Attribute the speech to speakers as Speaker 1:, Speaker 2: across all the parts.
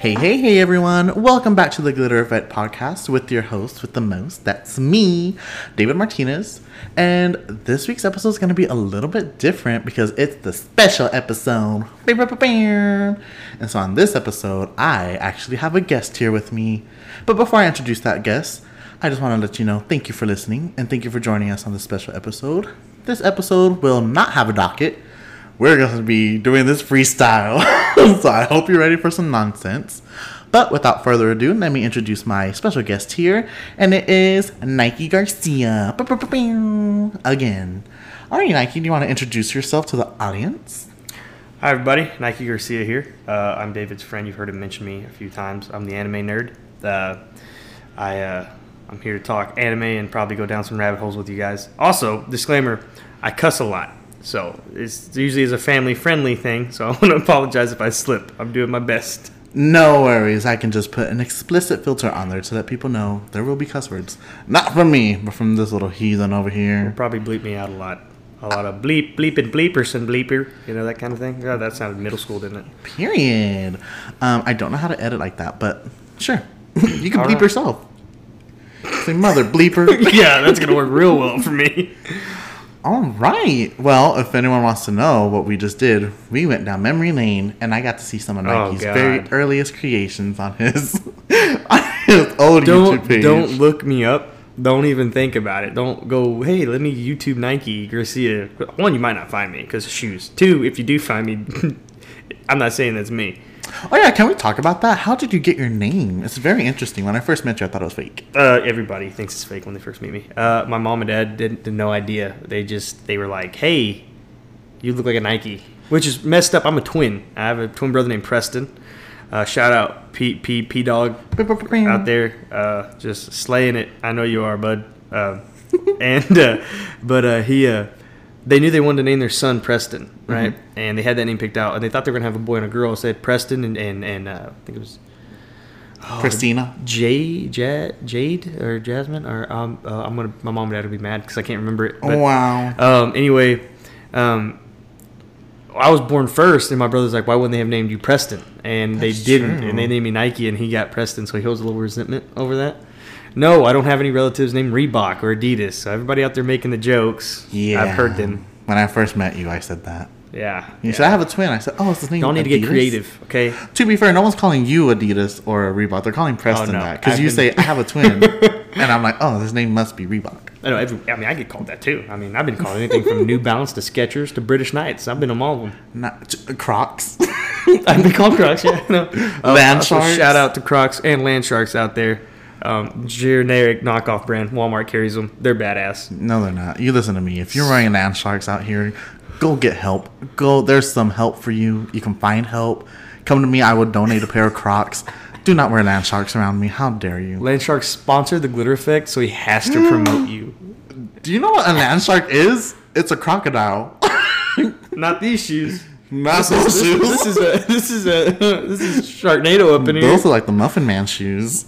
Speaker 1: Hey, hey, hey, everyone. Welcome back to the Glitter Effect podcast with your host with the most. That's me, David Martinez. And this week's episode is going to be a little bit different because it's the special episode. And so, on this episode, I actually have a guest here with me. But before I introduce that guest, I just want to let you know thank you for listening and thank you for joining us on this special episode. This episode will not have a docket we're going to be doing this freestyle. so I hope you're ready for some nonsense. But without further ado, let me introduce my special guest here, and it is Nike Garcia. Ba-ba-ba-bing. Again. All right, Nike, do you want to introduce yourself to the audience?
Speaker 2: Hi everybody, Nike Garcia here. Uh, I'm David's friend. You've heard him mention me a few times. I'm the anime nerd. Uh, I uh, I'm here to talk anime and probably go down some rabbit holes with you guys. Also, disclaimer: I cuss a lot, so it's usually is a family friendly thing. So I want to apologize if I slip. I'm doing my best.
Speaker 1: No worries, I can just put an explicit filter on there to let people know there will be cuss words. Not from me, but from this little heathen over here.
Speaker 2: Probably bleep me out a lot. A lot of bleep, bleep, and bleepers and bleeper. You know that kind of thing. Yeah, that sounded middle school, didn't it?
Speaker 1: Period. Um, I don't know how to edit like that, but sure. you can
Speaker 2: All
Speaker 1: bleep
Speaker 2: right.
Speaker 1: yourself. Say mother bleeper.
Speaker 2: yeah, that's gonna work real well for me.
Speaker 1: All right. Well, if anyone wants to know what we just did, we went down memory lane, and I got to see some of
Speaker 2: Oh,
Speaker 1: Nike's
Speaker 2: God.
Speaker 1: very earliest creations on his on his old
Speaker 2: don't
Speaker 1: YouTube page.
Speaker 2: don't look me up. Don't even think about it. Don't go. Hey, let me YouTube Nike Garcia. One, you might not find me because of shoes. Two, if you do find me, I'm not saying that's me.
Speaker 1: Oh yeah, can we talk about that? How did you get your name? It's very interesting. When I first met you, I thought it was fake.
Speaker 2: Uh, everybody thinks it's fake when they first meet me. Uh, my mom and dad didn't, did no idea. They just they were like, "Hey, you look like a Nike," which is messed up. I'm a twin. I have a twin brother named Preston. Uh, shout out P P P Dog
Speaker 1: Mm-hmm.
Speaker 2: out there, uh, just slaying it. I know you are, bud. Um and uh, but uh, he, uh, they knew they wanted to name their son Preston, right? And they had that name picked out, and they thought they were gonna have a boy and a girl. So they had Preston and and, and uh, I think it was
Speaker 1: Christina.
Speaker 2: Jade, Jade, Jade or Jasmine, or um, uh, I'm gonna my mom and dad will be mad because I can't remember it. but-
Speaker 1: Oh, wow.
Speaker 2: um, anyway, um, I was born first, and my brother's like, "Why wouldn't they have named you Preston?" And
Speaker 1: That's
Speaker 2: they didn't,
Speaker 1: true.
Speaker 2: and they named me Nike, and he got Preston, so he holds a little resentment over that. No, I don't have any relatives named Reebok or Adidas. So everybody out there making the jokes,
Speaker 1: Yeah.
Speaker 2: I've heard them.
Speaker 1: When I first met you, I said that.
Speaker 2: Yeah,
Speaker 1: You
Speaker 2: yeah.
Speaker 1: said I have a twin. I said, "Oh, it's his name."
Speaker 2: don't need to get
Speaker 1: Adidas?"
Speaker 2: creative, okay?
Speaker 1: To be fair, no one's calling you Adidas or Reebok. They're calling Preston
Speaker 2: Oh, no.
Speaker 1: that because
Speaker 2: I've
Speaker 1: you
Speaker 2: been-
Speaker 1: say I have a twin, and I'm like, "Oh, this name must be Reebok."
Speaker 2: I know. Every, I mean, I get called that too. I mean, I've been called anything from New Balance to Skechers to British Knights. I've been on all of them.
Speaker 1: Not t- Crocs.
Speaker 2: I've been called Crocs. Yeah, no. Um,
Speaker 1: Land
Speaker 2: also
Speaker 1: sharks?
Speaker 2: Shout out to Crocs and Land Sharks out there. Um, generic knockoff brand. Walmart carries them. They're badass.
Speaker 1: no, they're not. You listen to me. If you're wearing land sharks out here, go get help. Go. There's some help for you. You can find help. Come to me. I will donate a pair of Crocs. Do not wear land sharks around me. How dare you?
Speaker 2: Land Sharks sponsored the Glitter Effect, so he has to promote you.
Speaker 1: Do you know what a land shark is? It's a crocodile.
Speaker 2: Not these shoes.
Speaker 1: Not
Speaker 2: This is, this is a this is a this is Sharknado up in here.
Speaker 1: Those are like the Muffin Man shoes.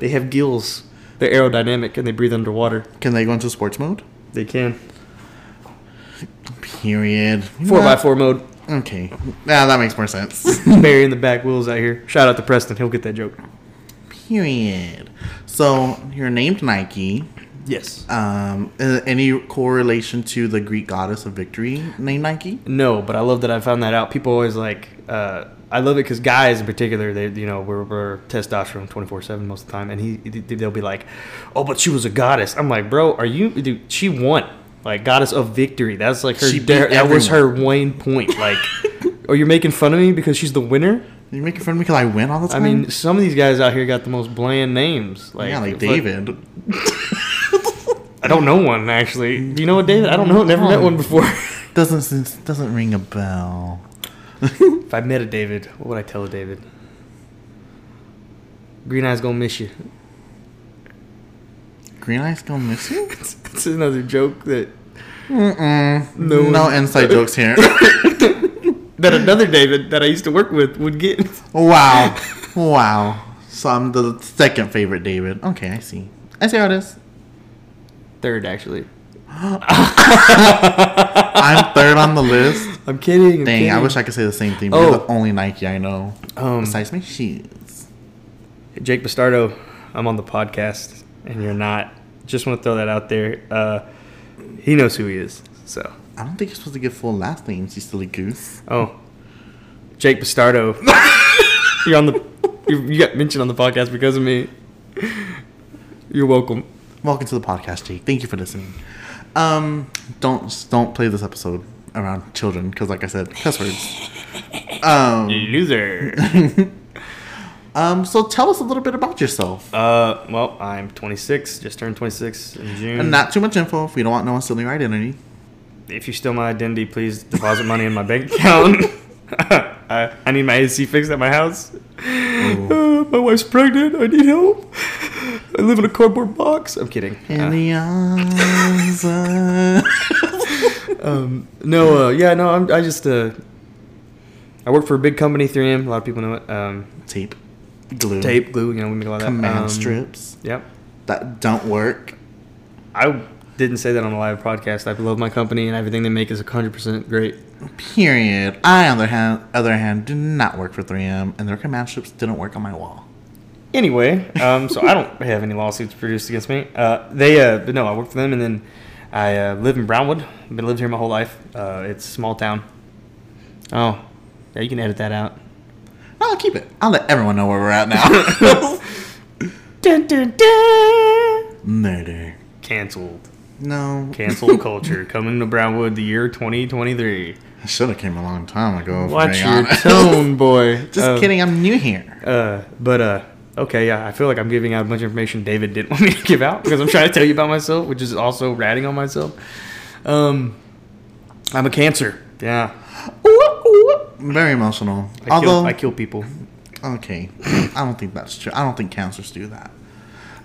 Speaker 2: They have gills. They're aerodynamic and they breathe underwater.
Speaker 1: Can they go into sports mode?
Speaker 2: They can.
Speaker 1: Period.
Speaker 2: Four
Speaker 1: Nah.
Speaker 2: by four mode.
Speaker 1: Okay. Now that makes more sense.
Speaker 2: Burying the back wheels out here. Shout out to Preston. He'll get that joke.
Speaker 1: Period. So you're named Nike.
Speaker 2: Yes.
Speaker 1: Um, uh, any correlation to the Greek goddess of victory named Nike?
Speaker 2: No, but I love that I found that out. People always like, uh, I love it because guys in particular, they you know we're, we're testosterone twenty four seven most of the time, and he they'll be like, oh, but she was a goddess. I'm like, bro, are you? Dude, she won, like goddess of victory. That's like her.
Speaker 1: She beat
Speaker 2: that was her
Speaker 1: everyone.
Speaker 2: Wayne point. Like, are you making fun of me because she's the winner?
Speaker 1: You making fun of me because I win all the
Speaker 2: I
Speaker 1: time?
Speaker 2: mean, some of these guys out here got the most bland names. Like,
Speaker 1: yeah, like
Speaker 2: fuck-
Speaker 1: David.
Speaker 2: I don't know one actually. Do you know what David? I don't know. Never met one before.
Speaker 1: Doesn't s- doesn't ring a bell.
Speaker 2: If I met a David, what would I tell a David? Green Eye's gonna miss you.
Speaker 1: Green Eyes gonna miss you?
Speaker 2: It's another joke that
Speaker 1: Mm-mm.
Speaker 2: No
Speaker 1: No,
Speaker 2: one-
Speaker 1: inside jokes here.
Speaker 2: that another David that I used to work with would get.
Speaker 1: wow, wow. So I'm the second favorite David. Okay, I see. I see how it is.
Speaker 2: Third, actually.
Speaker 1: I'm third on the list.
Speaker 2: I'm kidding. I'm
Speaker 1: Dang,
Speaker 2: kidding.
Speaker 1: I wish I could say the same thing. but You're
Speaker 2: Oh.
Speaker 1: the only Nike I know
Speaker 2: Um,
Speaker 1: besides my shoes.
Speaker 2: Jake Bastardo, I'm on the podcast, and you're not. Just want to throw that out there. Uh, he knows who he is. So,
Speaker 1: I don't think you're supposed to give full last names, you silly goose.
Speaker 2: oh, Jake Bastardo, you're on the. You, you got mentioned on the podcast because of me. You're welcome.
Speaker 1: Welcome to the podcast, Jake. Thank you for listening. Um, don't don't play this episode around children because, like I said, cuss words. Um,
Speaker 2: Loser.
Speaker 1: um, so tell us a little bit about yourself.
Speaker 2: uh, well, I'm 26. Just turned 26 in June.
Speaker 1: And not too much info if we don't want no one stealing your identity.
Speaker 2: if you steal my identity, please deposit money in my bank account. I, I need my AC fixed at my house. Uh, my wife's pregnant. I need help. I live in a cardboard box. I'm kidding.
Speaker 1: In
Speaker 2: Uh,
Speaker 1: the eyes of-
Speaker 2: um, no, uh, yeah, no. I'm, I just uh, I work for a big company, 3M. A lot of people know it. Um,
Speaker 1: tape, glue,
Speaker 2: tape, glue. You know, we make a lot of that.
Speaker 1: Mm. command
Speaker 2: Um,
Speaker 1: strips
Speaker 2: Yep.
Speaker 1: that don't work.
Speaker 2: I didn't say that on a live podcast. I love my company and everything they make is 100% great.
Speaker 1: Period. I, on the hand, other hand, did not work for 3M, and their command strips didn't work on my wall.
Speaker 2: anyway, um, so I don't have any lawsuits produced against me. Uh, they, uh, but no, I work for them, and then I uh, live in Brownwood. I've been lived here my whole life. Uh, it's a small town. Oh, yeah, you can edit that out.
Speaker 1: No, I'll keep it. I'll let everyone know where we're at now.
Speaker 2: Dun, dun, dun.
Speaker 1: Murder.
Speaker 2: Cancelled.
Speaker 1: No.
Speaker 2: Cancel culture coming to Brownwood the year 2023.
Speaker 1: I should have came a long time ago. if I'm
Speaker 2: Watch
Speaker 1: being
Speaker 2: your
Speaker 1: honest.
Speaker 2: tone, boy.
Speaker 1: Just
Speaker 2: Uh,
Speaker 1: kidding. I'm new here.
Speaker 2: Uh, but uh, okay, yeah, I feel like I'm giving out a bunch of information David didn't want me to give out because I'm trying to tell you about myself, which is also ratting on myself. Um, I'm a cancer. Yeah,
Speaker 1: Very emotional.
Speaker 2: I
Speaker 1: Although,
Speaker 2: kill I kill people.
Speaker 1: okay, I don't think that's true. I don't think cancers do that.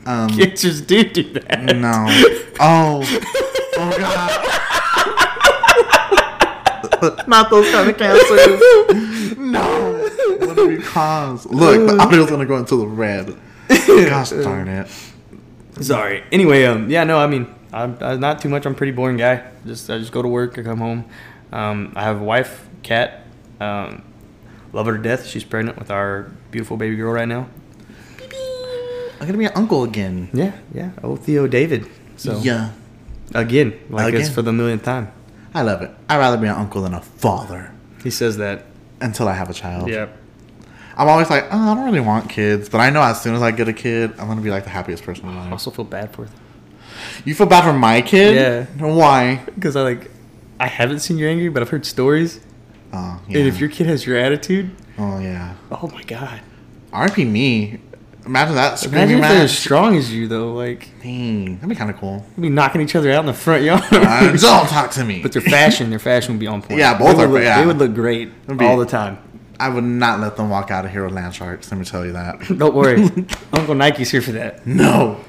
Speaker 1: Um,
Speaker 2: Cancers do do that.
Speaker 1: No. Oh. Oh God. Not those kind of cancers. No. What do we cause? Look, the audio's gonna go into the red. Gosh darn it.
Speaker 2: Sorry. Anyway, um, yeah, no, I mean, I'm, I'm not too much. I'm a pretty boring guy. Just I just go to work. I come home. Um, I have a wife, cat. Um, love her to death. She's pregnant with our beautiful baby girl right now.
Speaker 1: I'm gonna be an uncle again.
Speaker 2: Yeah, yeah. Oh, Theo David. So
Speaker 1: Yeah.
Speaker 2: Again, like it's
Speaker 1: Again.
Speaker 2: for the millionth time.
Speaker 1: I love it. I'd rather be an uncle than a father.
Speaker 2: He says that.
Speaker 1: Until I have a child.
Speaker 2: Yeah.
Speaker 1: I'm always like, oh, I don't really want kids, but I know as soon as I get a kid, I'm gonna be like the happiest person in
Speaker 2: I
Speaker 1: life.
Speaker 2: also feel bad for them.
Speaker 1: You feel bad for my kid?
Speaker 2: Yeah.
Speaker 1: Why?
Speaker 2: Because I like, I haven't seen you angry, but I've heard stories.
Speaker 1: Oh, yeah.
Speaker 2: And if your kid has your attitude,
Speaker 1: oh yeah.
Speaker 2: oh my god!
Speaker 1: RP me. Imagine that
Speaker 2: Imagine
Speaker 1: screaming
Speaker 2: if they're as
Speaker 1: match.
Speaker 2: strong as you though. Like,
Speaker 1: Dang, that'd be kind of cool.
Speaker 2: we'd be knocking each other out in the front yard.
Speaker 1: Uh, don't talk to me.
Speaker 2: but their fashion, their fashion would be on point.
Speaker 1: Yeah, both
Speaker 2: they
Speaker 1: are-
Speaker 2: would look,
Speaker 1: yeah.
Speaker 2: They would look great
Speaker 1: It'd be-
Speaker 2: all the time.
Speaker 1: I would not let them walk out of here with land sharks. Let me tell you that.
Speaker 2: Don't worry, Uncle Nike's here for that.
Speaker 1: No.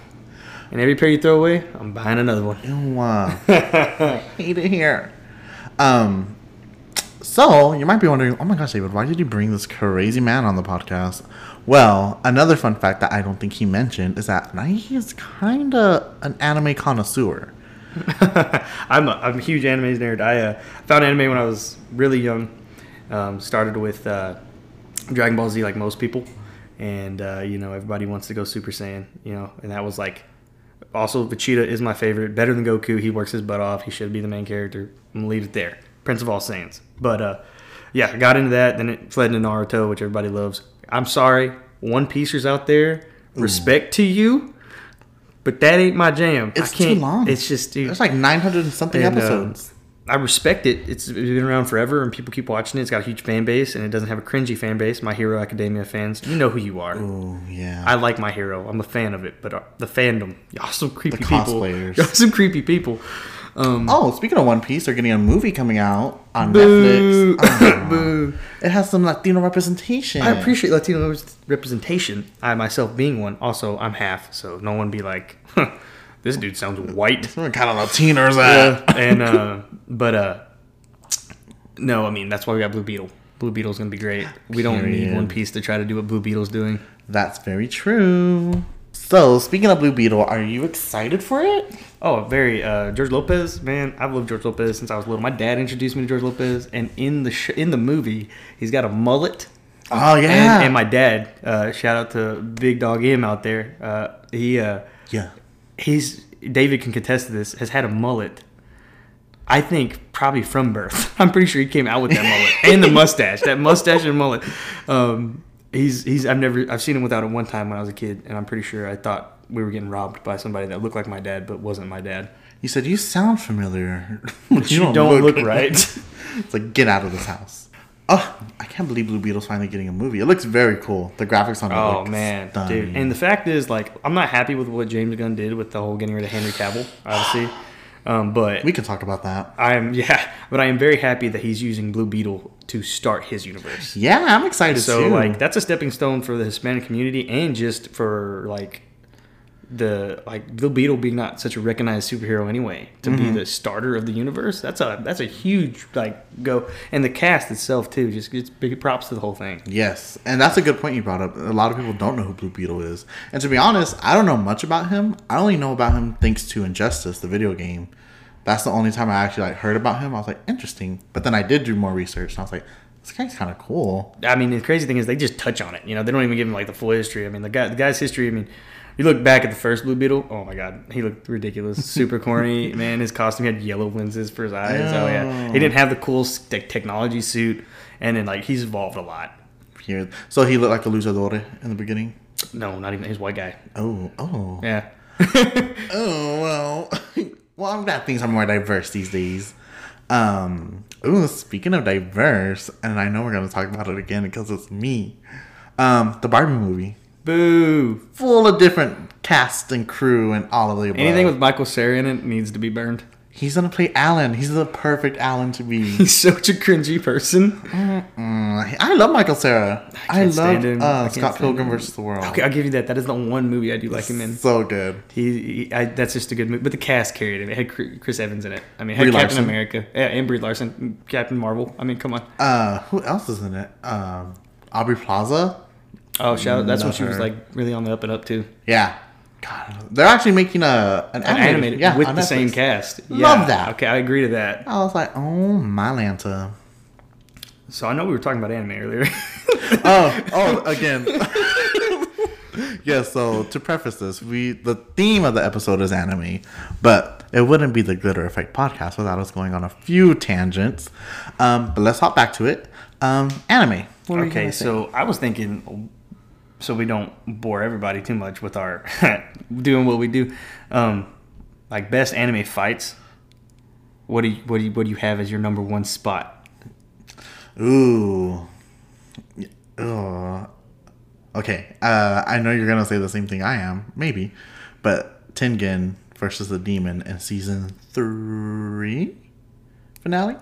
Speaker 2: And every pair you throw away, I'm buying another one.
Speaker 1: Ew, uh, hate it here. Um. So you might be wondering, oh my gosh, David, why did you bring this crazy man on the podcast? Well, another fun fact that I don't think he mentioned is that Nike is kind of an anime connoisseur.
Speaker 2: I'm a, I'm a huge anime nerd. I uh, found anime when I was really young. Um, started with uh, Dragon Ball Z, like most people, and uh, you know everybody wants to go Super Saiyan. You know, and that was like also Vegeta is my favorite. Better than Goku. He works his butt off. He should be the main character. I'm gonna leave it there. Prince of all Saiyans. But uh, yeah, I got into that. Then it fled into Naruto, which everybody loves. I'm sorry, One Piecers out there. Respect to you. But that ain't my jam.
Speaker 1: It's
Speaker 2: I
Speaker 1: too
Speaker 2: can't,
Speaker 1: long.
Speaker 2: It's just dude,
Speaker 1: There's like 900 and something
Speaker 2: and, uh,
Speaker 1: episodes.
Speaker 2: I respect it. It's been around forever, and people keep watching it. It's got a huge fan base, and it doesn't have a cringy fan base. My Hero Academia fans, you know who you are.
Speaker 1: oh yeah.
Speaker 2: I like My Hero. I'm a fan of it, but uh, the fandom, y'all some creepy
Speaker 1: cosplayers.
Speaker 2: people. Y'all some creepy people. Um,
Speaker 1: Oh, speaking of One Piece, they're getting a movie coming out on Netflix.
Speaker 2: Boo.
Speaker 1: Oh.
Speaker 2: Boo.
Speaker 1: It has some Latino representation.
Speaker 2: I appreciate Latino rep- representation. I myself being one. Also, I'm half, so no one be like, huh, "This dude sounds white."
Speaker 1: what kind of Latinos
Speaker 2: Uh,
Speaker 1: that.
Speaker 2: and uh, but uh, no, I mean that's why we got Blue Beetle. Blue Beetle's gonna be great. We don't need
Speaker 1: Period.
Speaker 2: One Piece to try to do what Blue Beetle's doing.
Speaker 1: That's very true. So, speaking of Blue Beetle, are you excited for it?
Speaker 2: Oh, very uh, George Lopez, man. I've loved George Lopez since I was little. My dad introduced me to George Lopez, and in the sh- in the movie, he's got a mullet.
Speaker 1: Oh, yeah.
Speaker 2: And, and my dad, uh, shout out to Big Dog M out there. Uh, he uh,
Speaker 1: yeah.
Speaker 2: he's David can contest to this. Has had a mullet. I think probably from birth. I'm pretty sure he came out with that mullet and the mustache. That mustache and mullet. Um, he's he's. I've never. I've seen him without it one time when I was a kid, and I'm pretty sure I thought we were getting robbed by somebody that looked like my dad but wasn't my dad.
Speaker 1: You said you sound familiar.
Speaker 2: You, don't, look, right.
Speaker 1: It's like, get out of this house. Oh, I can't believe Blue Beetle's finally getting a movie. It looks very cool. The graphics on it
Speaker 2: Oh
Speaker 1: look
Speaker 2: man,
Speaker 1: stunning.
Speaker 2: dude! And the fact is, like, I'm not happy with what James Gunn did with the whole getting rid of Henry Cavill, obviously. Um, but
Speaker 1: we can talk about that.
Speaker 2: I'm yeah, but I am very happy that he's using Blue Beetle to start his universe.
Speaker 1: Yeah, I'm excited
Speaker 2: So
Speaker 1: too.
Speaker 2: like that's a stepping stone for the Hispanic community and just for like the like Blue Beetle being not such a recognized superhero anyway to be the starter of the universe. That's a that's a huge like go and the cast itself too. Just gets big props to the whole thing.
Speaker 1: Yes, and that's a good point you brought up. A lot of people don't know who Blue Beetle is, and to be honest, I don't know much about him. I only know about him thanks to Injustice, the video game. That's the only time I actually like heard about him. I was like, interesting, but then I did do more research, and I was like, this guy's kind of cool.
Speaker 2: I mean, the crazy thing is they just touch on it. You know, they don't even give him like the full history. I mean, the guy, the guy's history. I mean, you look back at the first Blue Beetle. Oh my God, he looked ridiculous, super corny. Man, his costume had yellow lenses for his eyes. Oh yeah, he didn't have the cool s- like, technology suit. And then like he's evolved a lot.
Speaker 1: Here, so he looked like a luchador in the beginning.
Speaker 2: No, not even he's a white guy.
Speaker 1: Oh, oh,
Speaker 2: Yeah,
Speaker 1: oh well. well, I'm glad things are more diverse these days. Um, ooh, speaking of diverse, and I know we're gonna talk about it again because it's me. Um, the Barbie movie.
Speaker 2: boo.
Speaker 1: full of different cast and crew and all of the above.
Speaker 2: Anything with Michael Cera in it needs to be burned.
Speaker 1: he's gonna play Alan. He's the perfect Alan to be.
Speaker 2: He's such a cringy person.
Speaker 1: Mm, I love Michael Sarah. I,
Speaker 2: can't
Speaker 1: love
Speaker 2: stand him. I
Speaker 1: uh,
Speaker 2: can't
Speaker 1: Scott
Speaker 2: stand
Speaker 1: Pilgrim
Speaker 2: him.
Speaker 1: versus the World.
Speaker 2: Okay, I'll give you that. That is the one movie I do like him in.
Speaker 1: so good.
Speaker 2: He, he I, that's just a good movie. But the cast carried it. It had Cr- Chris Evans in it. I mean, it had
Speaker 1: Brie
Speaker 2: Captain
Speaker 1: Larson.
Speaker 2: America, yeah, and Brie Larson, Captain Marvel. I mean, come on.
Speaker 1: Uh, who else is in it? Um, Aubrey Plaza.
Speaker 2: Oh, shout out. That's when she was
Speaker 1: Another-
Speaker 2: like really on the up and up too.
Speaker 1: Yeah. God, they're actually making a an
Speaker 2: And
Speaker 1: animated,
Speaker 2: animated
Speaker 1: yeah,
Speaker 2: with the
Speaker 1: on
Speaker 2: same
Speaker 1: Netflix.
Speaker 2: cast.
Speaker 1: Love that.
Speaker 2: Okay, I agree to that.
Speaker 1: I was like, oh my lanta.
Speaker 2: So I know we were talking about anime earlier.
Speaker 1: oh, oh, again. yeah, so to preface this, we the theme of the episode is anime, but it wouldn't be the Glitter Effect podcast without us going on a few tangents. Um, but let's hop back to it. Um, anime. What were you
Speaker 2: okay,
Speaker 1: gonna say?
Speaker 2: so I was thinking, so we don't bore everybody too much with our doing what we do. Um, like best anime fights. What do you, what do you, what do you have as your number one spot?
Speaker 1: ooh, Ugh. okay. Uh, I know you're gonna say the same thing I am, maybe, but Tengen versus the Demon in season three finale.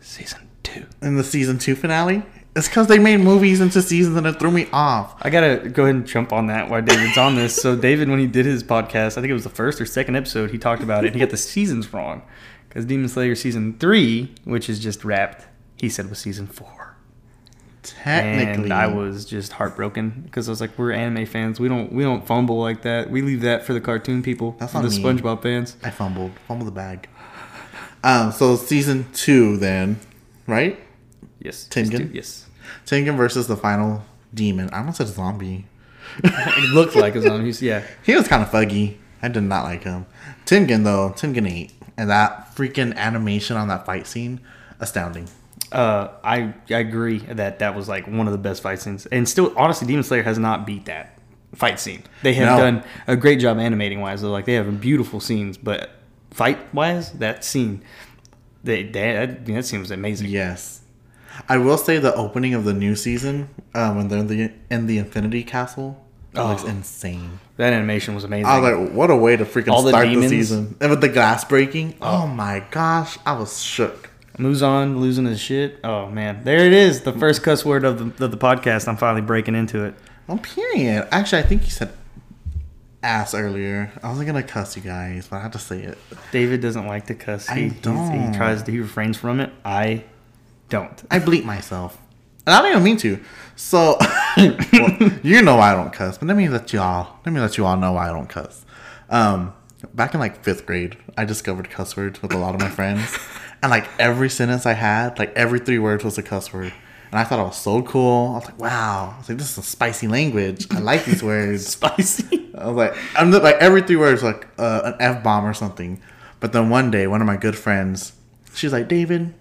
Speaker 2: Season two.
Speaker 1: in the season two finale. It's because they made movies into seasons and it threw me off.
Speaker 2: I gotta go ahead and jump on that while David's on this. So David, when he did his podcast, I think it was the first or second episode, he talked about it. and He got the seasons wrong because Demon Slayer season three, which is just wrapped, he said was season four,
Speaker 1: Technically,
Speaker 2: and I was just heartbroken because I was like, we're anime fans, we don't we don't fumble like that. We leave that for the cartoon people,
Speaker 1: That's
Speaker 2: for the
Speaker 1: on me.
Speaker 2: SpongeBob fans.
Speaker 1: I fumbled, fumbled the bag. Um, so season two then, right?
Speaker 2: Yes,
Speaker 1: Tengen?
Speaker 2: yes, dude, yes.
Speaker 1: Tengen versus the final demon. I almost said zombie.
Speaker 2: It looked like it was on. He's yeah.
Speaker 1: He was kind of fuggy. I did not like him. Tengen though, Tengen eight, and that freaking animation on that fight scene, astounding.
Speaker 2: Uh, I I agree that that was like one of the best fight scenes, and still, honestly, Demon Slayer has not beat that fight scene. They have
Speaker 1: No.
Speaker 2: done a great job animating wise. Though, like they have beautiful scenes, but fight wise, that scene, they, that I mean, that scene was amazing.
Speaker 1: Yes. I will say the opening of the new season uh, when they're in the, in the Infinity Castle it looks
Speaker 2: Oh.
Speaker 1: insane.
Speaker 2: That animation was amazing.
Speaker 1: I was like, what a way to freaking
Speaker 2: All the
Speaker 1: start the
Speaker 2: demons.
Speaker 1: season. And with the glass breaking, oh my gosh, I was shook.
Speaker 2: Muzan losing his shit. Oh man, there it is. The first cuss word of the of the podcast. I'm finally breaking into it.
Speaker 1: Well, period. Actually, I think you said ass earlier. I wasn't going to cuss you guys, but I had to say it.
Speaker 2: David doesn't like to cuss.
Speaker 1: I
Speaker 2: He, he's-
Speaker 1: don't.
Speaker 2: he tries. He refrains from it. I don't.
Speaker 1: I bleep myself. And I don't even mean to. So, well, you know I don't cuss, but let me let y'all let me let you all know I don't cuss. Um, back in like fifth grade, I discovered cuss words with a lot of my friends, and like every sentence I had, like every three words was a cuss word, and I thought I was so cool. I was like, wow, I was like this is a spicy language. I like these words.
Speaker 2: Spicy.
Speaker 1: I was like, I'm not- like every three words like uh, an f bomb or something. But then one day, one of my good friends, she's like, David,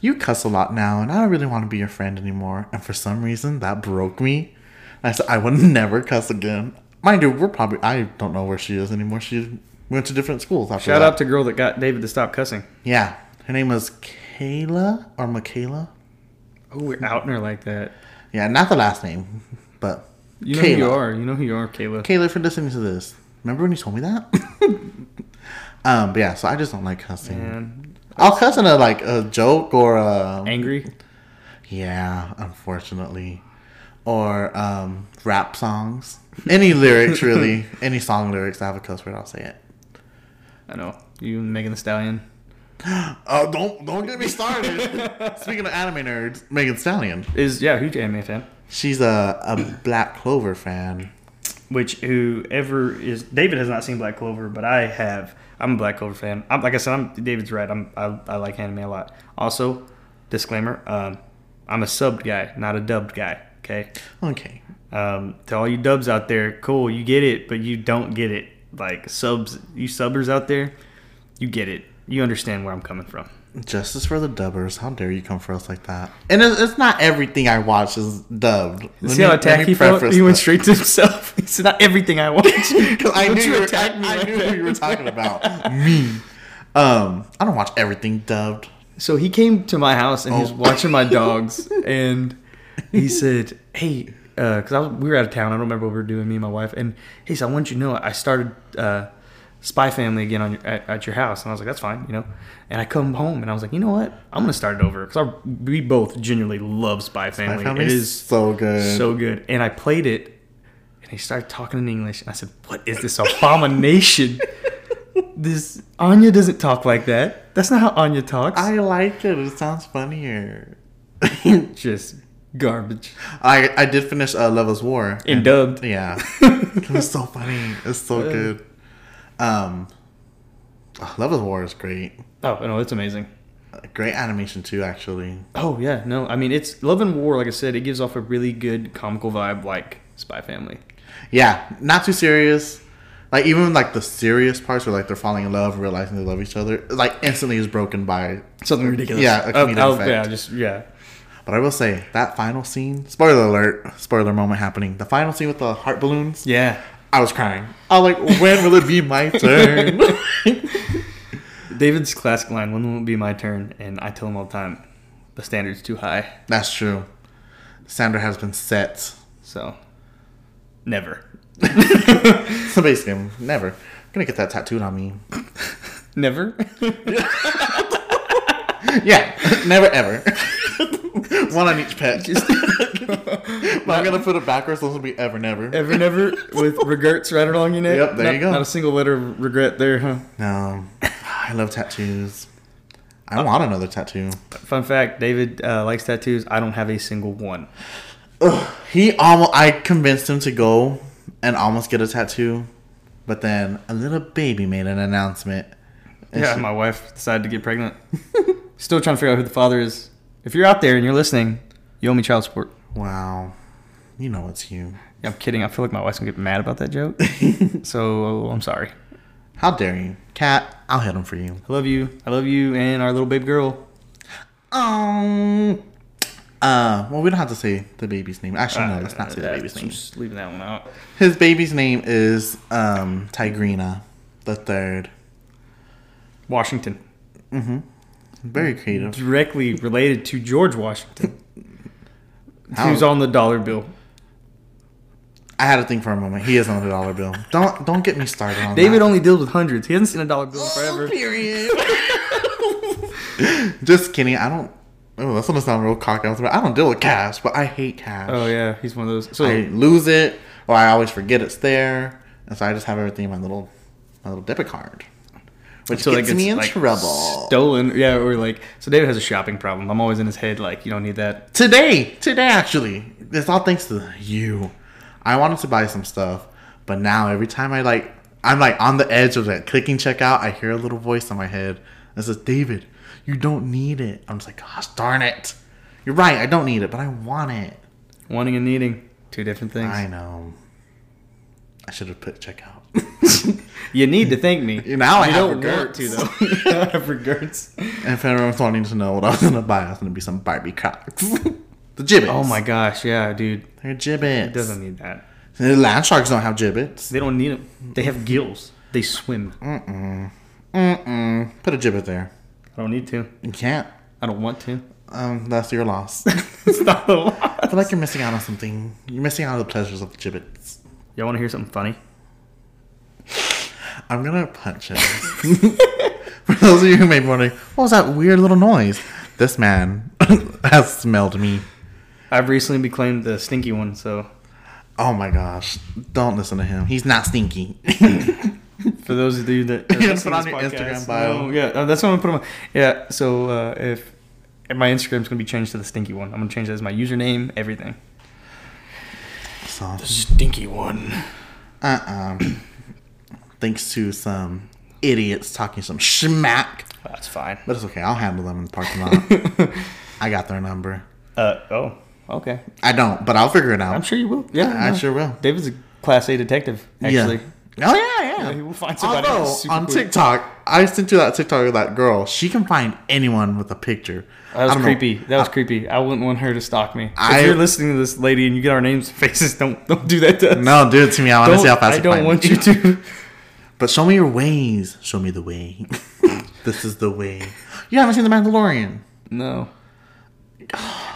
Speaker 1: you cuss a lot now, and I don't really want to be your friend anymore. And for some reason, that broke me. And I said, I would never cuss again. Mind you, we're probably I don't know where she is anymore. She went to different schools after
Speaker 2: Shout
Speaker 1: that.
Speaker 2: out to girl that got David to stop cussing.
Speaker 1: Yeah, her name was Kayla or Michaela.
Speaker 2: Oh, we're outing her like that.
Speaker 1: Yeah, not the last name, but
Speaker 2: You know who you are. You know who you are, Kayla.
Speaker 1: Kayla, if you're listening to this, remember when you told me that? um, but yeah, so I just don't like cussing.
Speaker 2: Man,
Speaker 1: I'll cuss in a like a joke or a
Speaker 2: angry.
Speaker 1: yeah, unfortunately, or um, rap songs. Any lyrics really, any song lyrics that have a cuss word, I'll say it.
Speaker 2: I know you, and Megan the Stallion.
Speaker 1: Oh, don't don't get me started. Speaking of anime nerds, Megan Thee Stallion,
Speaker 2: Is yeah, huge anime fan.
Speaker 1: she's a a Black Clover fan.
Speaker 2: Which whoever is David has not seen Black Clover, but I have. I'm a Black Clover fan. I'm like I said. I'm David's right. I'm I, I like anime a lot. Also, disclaimer: um, I'm a subbed guy, not a dubbed guy. Okay.
Speaker 1: Okay,
Speaker 2: Um, to all you dubs out there, cool, you get it, but you don't get it. Like subs, you subbers out there, you get it. You understand where I'm coming from.
Speaker 1: Justice for the dubbers. How dare you come for us like that? And it's, it's not everything I watch is dubbed. Let
Speaker 2: See
Speaker 1: me-
Speaker 2: how
Speaker 1: let me
Speaker 2: attack he felt?
Speaker 1: preface
Speaker 2: He went
Speaker 1: that.
Speaker 2: straight to himself. It's not everything I watch.
Speaker 1: Because I
Speaker 2: Don't
Speaker 1: knew you were,
Speaker 2: attack
Speaker 1: I,
Speaker 2: me
Speaker 1: I
Speaker 2: like
Speaker 1: knew
Speaker 2: that.
Speaker 1: who you were talking about. me. Um, I don't watch everything dubbed.
Speaker 2: So he came to my house and he was
Speaker 1: Oh.
Speaker 2: watching my dogs, and he said, "Hey." Because I was, we were out of town, I don't remember what we were doing, me and my wife. And he said, "I want you to know, I started uh, Spy Family again on your, at, at your house." And I was like, "That's fine," you know. And I come home and I was like, "You know what? I'm gonna start it over because we both genuinely love Spy
Speaker 1: My
Speaker 2: Family.
Speaker 1: family
Speaker 2: it is
Speaker 1: is so good.
Speaker 2: so good. And I played it, and he started talking in English. And I said, "What is this abomination? this Anya doesn't talk like that. That's not how Anya talks.
Speaker 1: I like it. It sounds funnier.
Speaker 2: Just garbage."
Speaker 1: I I did finish uh, Love is War.
Speaker 2: And dubbed.
Speaker 1: Yeah, it was so funny. It's so good. Um, oh, Love is War is great.
Speaker 2: Oh no, it's amazing.
Speaker 1: Great animation too, actually.
Speaker 2: Oh yeah, no, I mean it's Love and War. Like I said, it gives off a really good comical vibe, like Spy Family.
Speaker 1: Yeah, not too serious. Like even like the serious parts where like they're falling in love, realizing they love each other, like instantly is broken by
Speaker 2: Something ridiculous.
Speaker 1: Yeah, a
Speaker 2: Oh,
Speaker 1: comedic
Speaker 2: oh,
Speaker 1: effect.
Speaker 2: yeah, just yeah.
Speaker 1: But I will say that final scene, spoiler alert, spoiler moment happening. The final scene with the heart balloons,
Speaker 2: Yeah,
Speaker 1: I was crying. I was like, when will it be my turn?
Speaker 2: David's classic line: "When will it be my turn?" And I tell him all the time, the standard's too high.
Speaker 1: That's true. Sandra has been set.
Speaker 2: So, never.
Speaker 1: So basically, I'm never. I'm gonna get that tattooed on me.
Speaker 2: Never?
Speaker 1: Yeah, never ever. One on each pet.
Speaker 2: Just
Speaker 1: But I'm gonna put it backwards. so This will be ever never.
Speaker 2: ever, never with regrets right along your neck.
Speaker 1: Yep, there
Speaker 2: Not-
Speaker 1: you go.
Speaker 2: Not a single letter of regret there, huh?
Speaker 1: No, I love tattoos. I want another tattoo.
Speaker 2: Fun fact David uh, likes tattoos. I don't have a single one.
Speaker 1: He almost. I convinced him to go and almost get a tattoo, but then a little baby made an announcement. And
Speaker 2: Yeah,
Speaker 1: she-
Speaker 2: my wife decided to get pregnant. Still trying to figure out who the father is. If you're out there and you're listening, you owe me child support.
Speaker 1: wow. You know it's you.
Speaker 2: Yeah, I'm kidding. I feel like my wife's gonna get mad about that joke. so I'm sorry.
Speaker 1: How dare you, Cat? I'll hit him for you.
Speaker 2: I love you. I love you and our little baby girl.
Speaker 1: Um. Uh. Well, we don't have to say the baby's name. Actually, no.
Speaker 2: Uh,
Speaker 1: Let's not say the
Speaker 2: yeah,
Speaker 1: baby's
Speaker 2: I'm
Speaker 1: name.
Speaker 2: Just leaving that one out.
Speaker 1: His baby's name is um Tigrina, the third. Mm-hmm.
Speaker 2: Washington.
Speaker 1: Very creative.
Speaker 2: directly related to George Washington,
Speaker 1: How-
Speaker 2: who's on the dollar bill.
Speaker 1: I had to think for a moment. He is on the dollar bill. Don't don't get me started on
Speaker 2: David
Speaker 1: that.
Speaker 2: only deals with hundreds. He hasn't seen a dollar bill in forever.
Speaker 1: Period. Just kidding. I don't. Oh, that's gonna sound real cocky. I was about- I don't deal with cash, but I hate cash.
Speaker 2: Oh yeah, he's one of those. So
Speaker 1: I lose it, or I always forget it's there, and so I just have everything in my little my little debit card, which
Speaker 2: so
Speaker 1: gets
Speaker 2: it's,
Speaker 1: me in
Speaker 2: like,
Speaker 1: trouble.
Speaker 2: Stolen. Yeah, or like so. David has a shopping problem. I'm always in his head like, you don't need that.
Speaker 1: today, today actually, it's all thanks to you. I wanted to buy some stuff, but now every time I like, I'm like on the edge of like clicking checkout. I hear a little voice in my head that says, "David, you don't need it." I'm just like, "Gosh darn it! You're right. I don't need it, but I want it."
Speaker 2: Wanting and needing, two different things.
Speaker 1: I know. I should have put checkout.
Speaker 2: You need to thank me.
Speaker 1: Now I
Speaker 2: you
Speaker 1: have
Speaker 2: don't
Speaker 1: regrets.
Speaker 2: want to though. I have regrets.
Speaker 1: And if anyone's wanting to know what I was gonna buy, I was gonna be some Barbie Crocs, the gibbets.
Speaker 2: Oh my gosh, yeah, dude,
Speaker 1: they're gibbets.
Speaker 2: doesn't need that.
Speaker 1: The land sharks don't have gibbets.
Speaker 2: They don't need them. They have gills. They swim.
Speaker 1: Mm.
Speaker 2: I
Speaker 1: Mm-mm. Put a gibbet there.
Speaker 2: don't need to.
Speaker 1: You can't.
Speaker 2: I don't want to.
Speaker 1: Um, that's your loss.
Speaker 2: it's not a
Speaker 1: I
Speaker 2: lot.
Speaker 1: feel like you're missing out on something. You're missing out on the pleasures of gibbets.
Speaker 2: Y'all want to hear something funny?
Speaker 1: I'm gonna punch him. For those of you who may be wondering, what was that weird little noise? This man has smelled me.
Speaker 2: I've recently beclaimed the stinky one, so
Speaker 1: Oh my gosh. Don't listen to him. He's not stinky.
Speaker 2: for those of you that are
Speaker 1: Yeah,
Speaker 2: listening
Speaker 1: put
Speaker 2: to
Speaker 1: on
Speaker 2: this
Speaker 1: your
Speaker 2: podcast,
Speaker 1: Instagram bio.
Speaker 2: no, yeah, uh, that's what I'm gonna put on. my- Yeah, so uh, if and my Instagram's gonna be changed to the stinky one, I'm gonna change that as my username, everything.
Speaker 1: so,
Speaker 2: Stinky one.
Speaker 1: uh-uh. Thanks to some idiots talking some schmack.
Speaker 2: That's fine.
Speaker 1: But it's okay. I'll handle them in the parking lot. I got their number.
Speaker 2: Uh oh, okay.
Speaker 1: I don't, but I'll figure it out.
Speaker 2: I'm sure you will. Yeah,
Speaker 1: I sure will.
Speaker 2: David's a class A detective, actually.
Speaker 1: Yeah. Oh yeah, yeah.
Speaker 2: Yeah, he will find somebody
Speaker 1: Although,
Speaker 2: super
Speaker 1: on
Speaker 2: quick.
Speaker 1: TikTok, I sent you that TikTok of that girl. She can find anyone with a picture. I
Speaker 2: That was
Speaker 1: don't know.
Speaker 2: creepy. That was creepy. I wouldn't want her to stalk me.
Speaker 1: I-
Speaker 2: if you're listening to this lady and you get our names and faces, don't don't do that to us.
Speaker 1: No, do it to me. I want to
Speaker 2: don't,
Speaker 1: see how fast
Speaker 2: I
Speaker 1: you
Speaker 2: don't
Speaker 1: find
Speaker 2: want
Speaker 1: me.
Speaker 2: you to.
Speaker 1: But show me your ways. Show me the way. this is the way. You haven't seen The Mandalorian.
Speaker 2: No.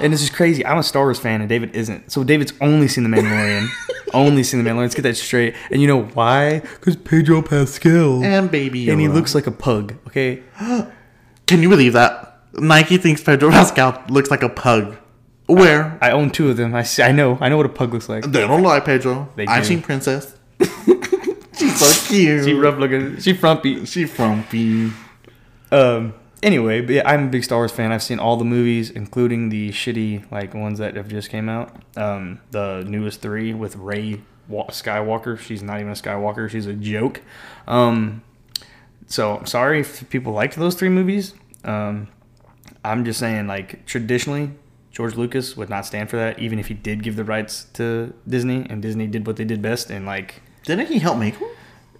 Speaker 2: And this is crazy. I'm a Star Wars fan, and David isn't. So David's only seen The Mandalorian. only seen The Mandalorian. Let's get that straight. And you know why? Because Pedro Pascal. And,
Speaker 1: And Baby Yoda.
Speaker 2: he looks like a pug. Okay.
Speaker 1: Can you believe that? Nike thinks Pedro Pascal looks like a pug. Where?
Speaker 2: I own two of them. I, s- I know. I know what a pug looks like.
Speaker 1: they don't lie, Pedro.
Speaker 2: They
Speaker 1: I've
Speaker 2: do.
Speaker 1: seen Princess. She's so cute.
Speaker 2: She rough looking. She frumpy.
Speaker 1: She frumpy.
Speaker 2: Um. Anyway, but yeah, I'm a big Star Wars fan. I've seen all the movies, including the shitty like ones that have just came out. Um, the newest three with Ray Skywalker. She's not even a Skywalker. She's a joke. Um, so I'm sorry if people liked those three movies. Um, I'm just saying like traditionally. George Lucas would not stand for that, even if he did give the rights to Disney, and Disney did what they did best, and like
Speaker 1: Didn't he help make him?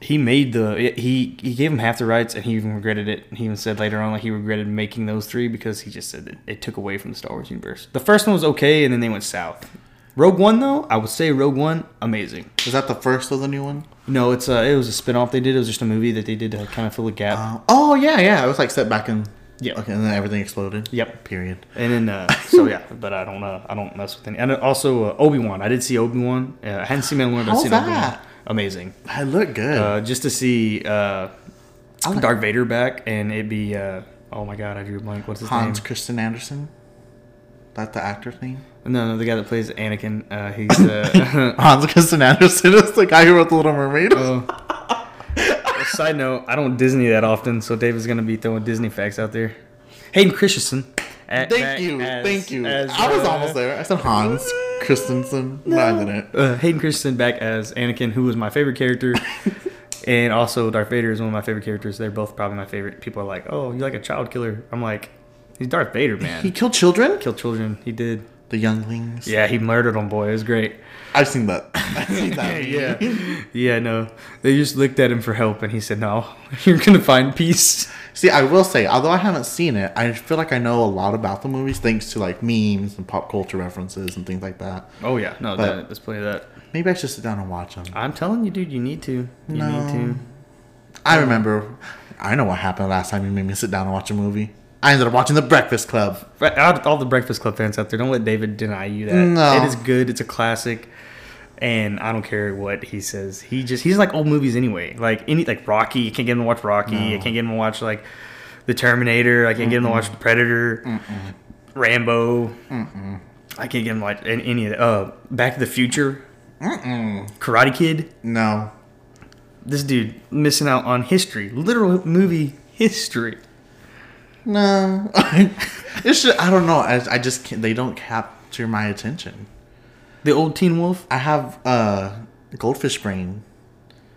Speaker 2: he made the he he gave him half the rights and he even regretted it he even said later on like he regretted making those three because he just said that it took away from the star wars universe the first one was okay and then they went south rogue one though i would say rogue one amazing
Speaker 1: Is that the first of the new one?
Speaker 2: no it's a it was a spin-off they did it was just a movie that they did to kind of fill a gap
Speaker 1: Uh, oh yeah, yeah. It was like set back and
Speaker 2: Yeah.
Speaker 1: okay, and then everything exploded.
Speaker 2: Yep.
Speaker 1: Period.
Speaker 2: and then uh so yeah but i don't uh i don't mess with any and also uh, obi-wan i did see obi-wan uh, i hadn't seen Mandalorian, but i've
Speaker 1: How's
Speaker 2: seen obi-wan
Speaker 1: that?
Speaker 2: amazing
Speaker 1: I look good.
Speaker 2: uh, just to see uh,
Speaker 1: I like-
Speaker 2: Darth Vader back, and it'd be uh, oh my god, I drew a blank. What's his
Speaker 1: Hans
Speaker 2: name?
Speaker 1: Christian Andersen. That the actor's name?
Speaker 2: No, no, the guy that plays Anakin. Uh, he's uh,
Speaker 1: Hans Christian Andersen is the guy who wrote The Little Mermaid.
Speaker 2: oh. Side note: I don't Disney that often, so David's gonna be throwing Disney facts out there. Hayden Christensen. at-
Speaker 1: thank
Speaker 2: back
Speaker 1: you,
Speaker 2: as-
Speaker 1: thank you.
Speaker 2: as,
Speaker 1: I was
Speaker 2: uh,
Speaker 1: almost there. I said Hans Christensen. No, I didn't.
Speaker 2: Uh, Hayden Christensen back as Anakin, who was my favorite character, and also Darth Vader is one of my favorite characters. They're both probably my favorite. People are like, "Oh, you like a child killer?" I'm like, "He's Darth Vader, man."
Speaker 1: He killed children.
Speaker 2: killed children. He did.
Speaker 1: The younglings.
Speaker 2: Yeah, he murdered them, boy. It was great.
Speaker 1: I've seen that. I've seen that.
Speaker 2: yeah. Yeah, no. They just looked at him for help, and he said, No, you're going to find peace.
Speaker 1: See, I will say, although I haven't seen it, I feel like I know a lot about the movies thanks to like memes and pop culture references and things like that.
Speaker 2: Oh, yeah. No,
Speaker 1: But-
Speaker 2: that, let's play that.
Speaker 1: Maybe I should sit down and watch them.
Speaker 2: I'm telling you, dude, you need to. You
Speaker 1: No.
Speaker 2: need to.
Speaker 1: I remember. I know what happened last time you made me sit down and watch a movie. I ended up watching The Breakfast Club.
Speaker 2: But out- all the Breakfast Club fans out there, don't let David deny you that.
Speaker 1: No.
Speaker 2: It is good. It's a classic. And I don't care what he says. He just he's like old movies anyway. Like any like Rocky, you can't get him to watch Rocky. I can't get him to watch like The Terminator. I can't get him to watch The Predator, Rambo. I can't get him to watch an- any of the, uh Back to the Future, Karate Kid.
Speaker 1: No.
Speaker 2: This dude missing out on history, literal movie history.
Speaker 1: No. it's just, I don't know. I, I just can't, they don't capture my attention.
Speaker 2: The old Teen Wolf.
Speaker 1: I have uh, goldfish brain.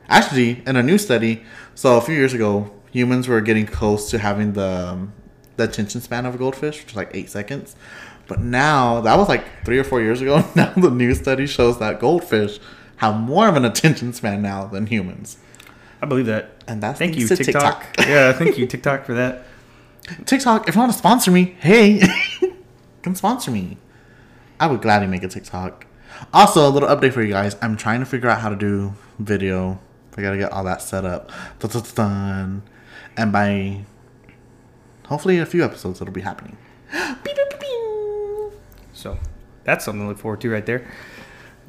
Speaker 1: Actually, in a new study, so a few years ago, humans were getting close to having the um, the attention span of a goldfish, which is like eight seconds. But now that was like three or four years ago. Now the new study shows that goldfish have more of an attention span now than humans.
Speaker 2: I believe that.
Speaker 1: And that's
Speaker 2: Thank you,
Speaker 1: thanks to
Speaker 2: TikTok.
Speaker 1: TikTok.
Speaker 2: yeah, thank you, TikTok, for that.
Speaker 1: TikTok, if you want to sponsor me, hey, come sponsor me. I would gladly make a TikTok. Also, a little update for you guys. I'm trying to figure out how to do video. I gotta get all that set up. Dun-dun-dun. And by hopefully in a few episodes, it'll be happening. Beep, beep, beep, beep.
Speaker 2: So that's something to look forward to right there.